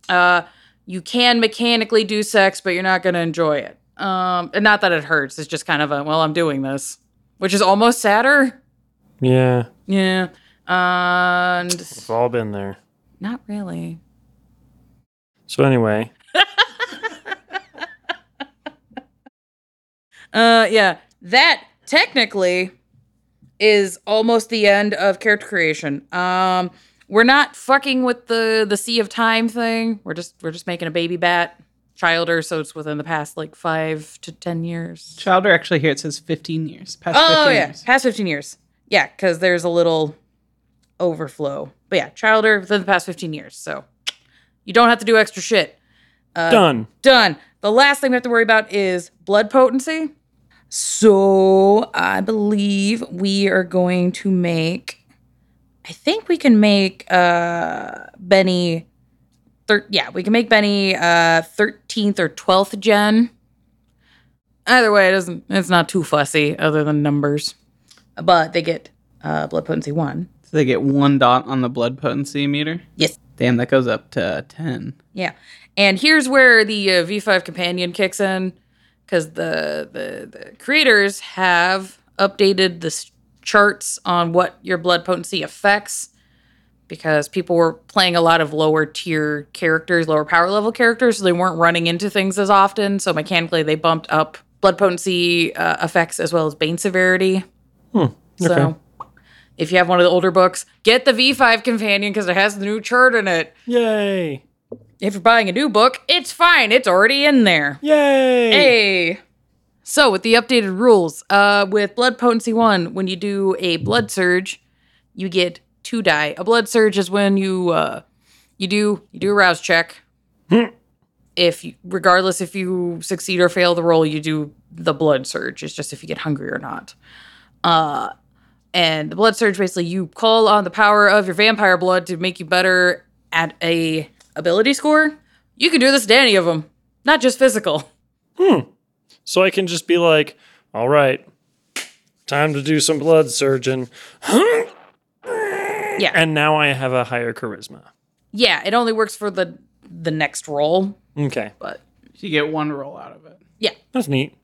A: Uh, you can mechanically do sex, but you're not gonna enjoy it. Um, and not that it hurts. It's just kind of a well, I'm doing this, which is almost sadder.
C: Yeah.
A: Yeah. And
C: We've all been there.
A: not really.
C: So anyway.
A: Uh, yeah. That technically is almost the end of character creation. Um, we're not fucking with the the sea of time thing. We're just we're just making a baby bat childer, so it's within the past like five to ten years.
B: Childer actually here it says 15 years. Past
A: Oh
B: 15
A: yeah,
B: years.
A: past fifteen years. Yeah, because there's a little overflow. But yeah, childer within the past fifteen years. So you don't have to do extra shit.
C: Done.
A: Done. The last thing we have to worry about is blood potency. So I believe we are going to make. I think we can make uh Benny. Thir- yeah, we can make Benny uh thirteenth or twelfth gen. Either way, it doesn't. It's not too fussy, other than numbers. but they get uh, blood potency one.
B: So they get one dot on the blood potency meter.
A: Yes.
B: Damn, that goes up to ten.
A: Yeah. And here's where the uh, V5 companion kicks in because the, the the creators have updated the s- charts on what your blood potency affects because people were playing a lot of lower tier characters, lower power level characters, so they weren't running into things as often. So mechanically, they bumped up blood potency uh, effects as well as bane severity.
C: okay.
A: So. If you have one of the older books, get the V5 companion because it has the new chart in it
C: Yay!
A: if you're buying a new book, it's fine. It's already in there.
C: Yay!
A: Hey. So, with the updated rules, uh, with Blood Potency 1, when you do a Blood Surge, you get two die. A Blood Surge is when you uh, you do you do a rouse check. if you, regardless if you succeed or fail the roll, you do the Blood Surge. It's just if you get hungry or not. Uh, and the Blood Surge basically you call on the power of your vampire blood to make you better at a ability score. You can do this to any of them, not just physical.
C: So I can just be like, all right, time to do some blood surgeon.
A: Yeah.
C: And now I have a higher charisma.
A: yeah, it only works for the the next roll,
C: Okay.
A: but
B: You get one roll out of it.
A: yeah.
C: That's neat.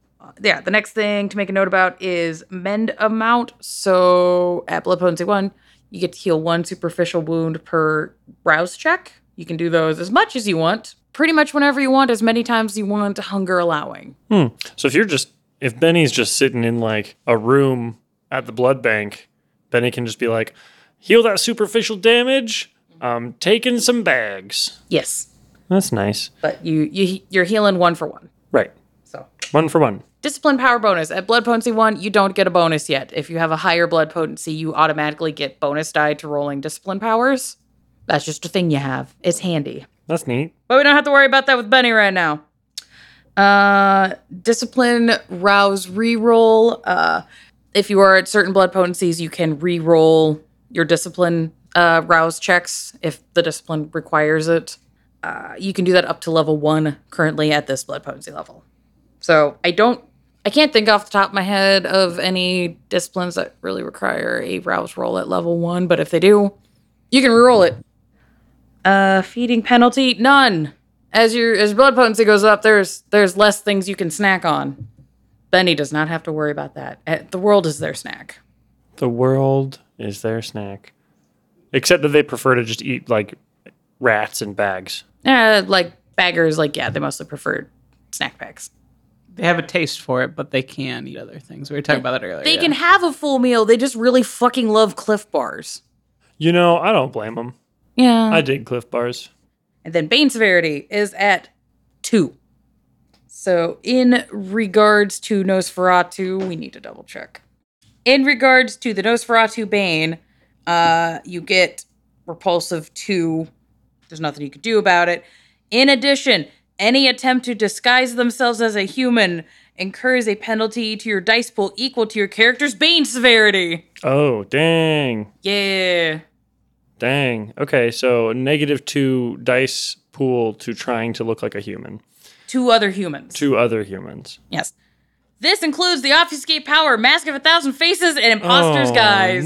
A: Yeah, the next thing to make a note about is mend amount. So at blood potency one, you get to heal one superficial wound per rouse check. You can do those as much as you want, pretty much whenever you want, as many times you want, hunger allowing.
C: So if you're just, if Benny's just sitting in like a room at the blood bank, Benny can just be like, heal that superficial damage. I'm taking some bags.
A: Yes,
C: That's nice.
A: but you you you're healing one for one.
C: Right.
A: So
C: One for one.
A: discipline power bonus at blood potency one, you don't get a bonus yet. If you have a higher blood potency, you automatically get bonus die to rolling discipline powers. That's just a thing you have. It's handy.
C: That's neat.
A: But we don't have to worry about that with Benny right now. Uh, discipline, rouse, reroll. Uh, if you are at certain blood potencies, you can reroll your discipline uh, rouse checks if the discipline requires it. Uh, you can do that up to level one currently at this blood potency level. So I don't, I can't think off the top of my head of any disciplines that really require a rouse roll at level one, but if they do, you can reroll it. Uh, feeding penalty none. As your as blood potency goes up, there's there's less things you can snack on. Benny does not have to worry about that. Uh, The world is their snack.
C: The world is their snack. Except that they prefer to just eat like rats and bags.
A: Uh, like baggers, like yeah, they mostly prefer snack packs.
B: They have a taste for it, but they can eat other things. We were talking about that earlier.
A: They
B: yeah.
A: can have a full meal. They just really fucking love Cliff Bars.
C: You know, I don't blame them.
A: Yeah.
C: I dig Cliff Bars.
A: And then Bane severity is at two. So, in regards to Nosferatu, we need to double check. In regards to the Nosferatu Bane, uh, you get repulsive two. There's nothing you could do about it. In addition, any attempt to disguise themselves as a human incurs a penalty to your dice pool equal to your character's Bane severity.
C: Oh, dang.
A: Yeah.
C: Dang. Okay, so negative two dice pool to trying to look like a human.
A: Two other humans.
C: Two other humans.
A: Yes. This includes the obfuscate power, mask of a thousand faces, and imposters,
C: Oh,
A: guys.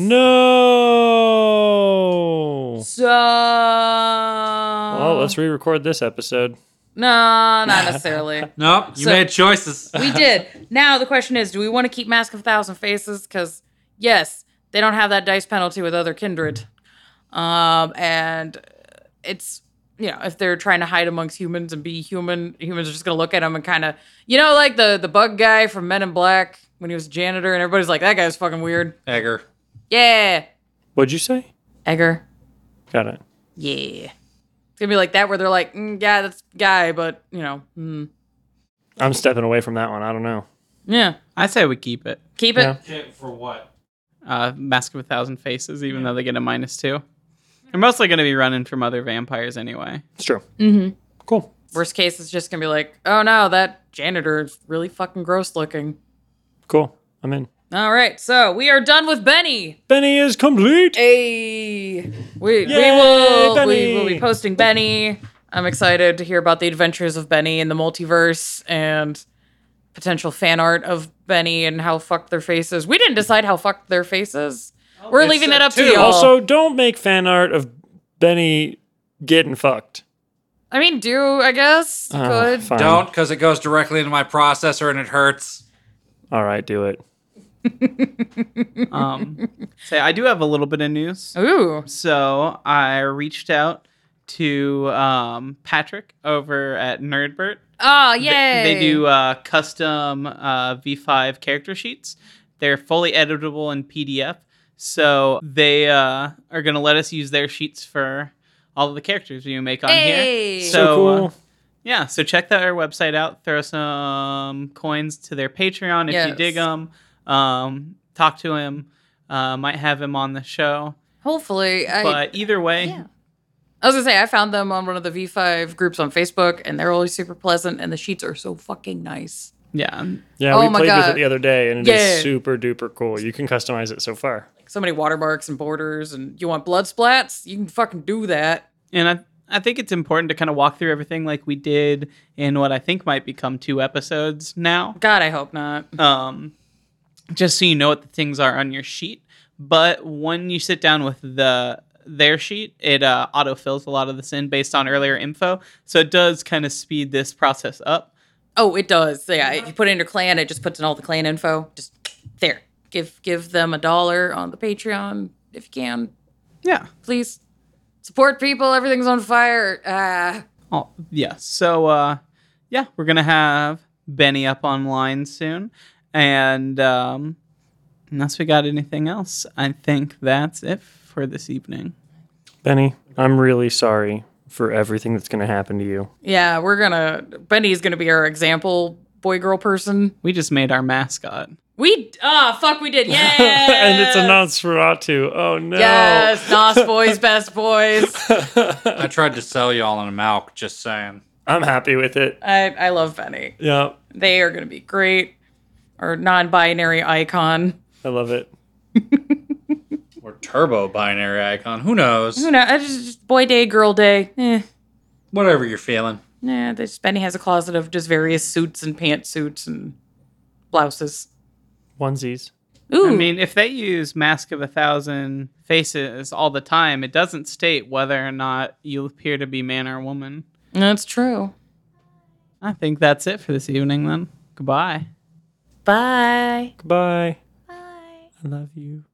C: No.
A: So. Well,
C: Well, let's re record this episode.
A: No, not necessarily.
D: Nope, you
A: So-
D: made choices.
A: we did. Now the question is, do we want to keep mask of a thousand faces? Because yes, they don't have that dice penalty with other kindred, um, and it's you know if they're trying to hide amongst humans and be human, humans are just gonna look at them and kind of you know like the the bug guy from Men in Black when he was a janitor, and everybody's like that guy's fucking weird.
D: Egger.
A: Yeah.
C: What'd you say?
A: Egger.
C: Got it.
A: Yeah. It's gonna be like that where they're like, mm, yeah, that's guy, but you know, mm,
C: I'm stepping away from that one. I don't know.
A: yeah,
B: I say we keep it.
A: keep it.
C: Yeah.
D: For what?
B: Uh, Mask of a Thousand Faces, even though they get a minus two. They're mostly going to be running from other vampires anyway.
C: It's true.
A: Mhm.
C: Cool.
A: Worst case, it's just gonna be like, oh no, that janitor is really fucking gross looking.
C: Cool. I'm in.
A: All right, so we are done with Benny.
C: Benny is complete.
A: Hey, we we
C: Yay,
A: will we
C: Benny.
A: will be posting Benny. I'm excited to hear about the adventures of Benny in the multiverse and potential fan art of Benny and how fucked their face is. We didn't decide how fucked their face is.
C: Oh,
A: We're
D: it's
A: leaving that
D: a
A: up to
D: two.
A: you.
C: Also, don't make fan art of Benny getting fucked.
A: I mean, do I guess? You
C: Oh,
A: could.
C: fine.
D: Don't, because it goes directly into my processor and it hurts.
C: All right, do it.
B: Um, so I do have a little bit of news.
A: Ooh.
B: So I reached out to um, Patrick over at Nerdbert.
A: Oh,
B: Th-
A: yay.
B: They do uh, custom uh, V5 character sheets. They're fully editable in PDF. So they uh, are going to let us use their sheets for all of the characters you make on
A: Hey.
B: um,
A: So
B: here.
C: So,
B: uh,
C: cool.
B: yeah, so check that our website out. Throw some coins to their Patreon if you
A: Yes.
B: dig them. Um, talk to him. Uh, might have him on the show.
A: Hopefully. I,
B: But either way,
A: yeah. I was going to say, I found them on one of the V5 groups on Facebook, and they're always super pleasant, and the sheets are so fucking nice.
B: yeah,
C: yeah,
A: Oh
C: we
A: my
C: played with
A: God.
C: it the other day, and it is
A: Yeah.
C: super duper cool. You can customize it so far.
A: so many watermarks and borders and you want blood splats you can fucking do that
B: and I I think it's important to kind of walk through everything like we did in what I think might become two episodes now.
A: god i hope not
B: Um, just so you know what the things are on your sheet. But when you sit down with the their sheet, it uh, autofills a lot of this in based on earlier info, so it does kind of speed this process up.
A: oh it does yeah if you put it in your clan it just puts in all the clan info just there give give them a dollar on the patreon if you can
B: Yeah.
A: please support people everything's on fire uh
B: Oh, yeah. So, uh, yeah, we're going to have Benny up online soon. And um, unless we got anything else, I think that's it for this evening.
C: Benny, I'm really sorry for everything that's going to happen to you.
A: yeah we're gonna benny's gonna be our example boy girl person
B: We just made our mascot.
A: we ah fuck we did yeah
C: and it's a Nosferatu. Oh no.
A: yes nos boys best boys
D: I tried to sell y'all on a milk, just saying.
C: I'm happy with it.
A: i i love benny
C: Yeah,
A: They are going to be great. Or non binary icon.
C: I love it.
D: Or turbo binary icon. Who knows?
A: Who knows? I just, just boy day, girl day. Eh.
D: Whatever you're feeling.
A: Nah, this Benny has a closet of just various suits and pantsuits and blouses.
C: Onesies.
A: Ooh.
B: I mean, if they use Mask of a Thousand Faces all the time, it doesn't state whether or not you appear to be man or woman.
A: that's true.
B: I think that's it for this evening, then. Goodbye.
A: Bye.
C: Goodbye. Bye. I love you.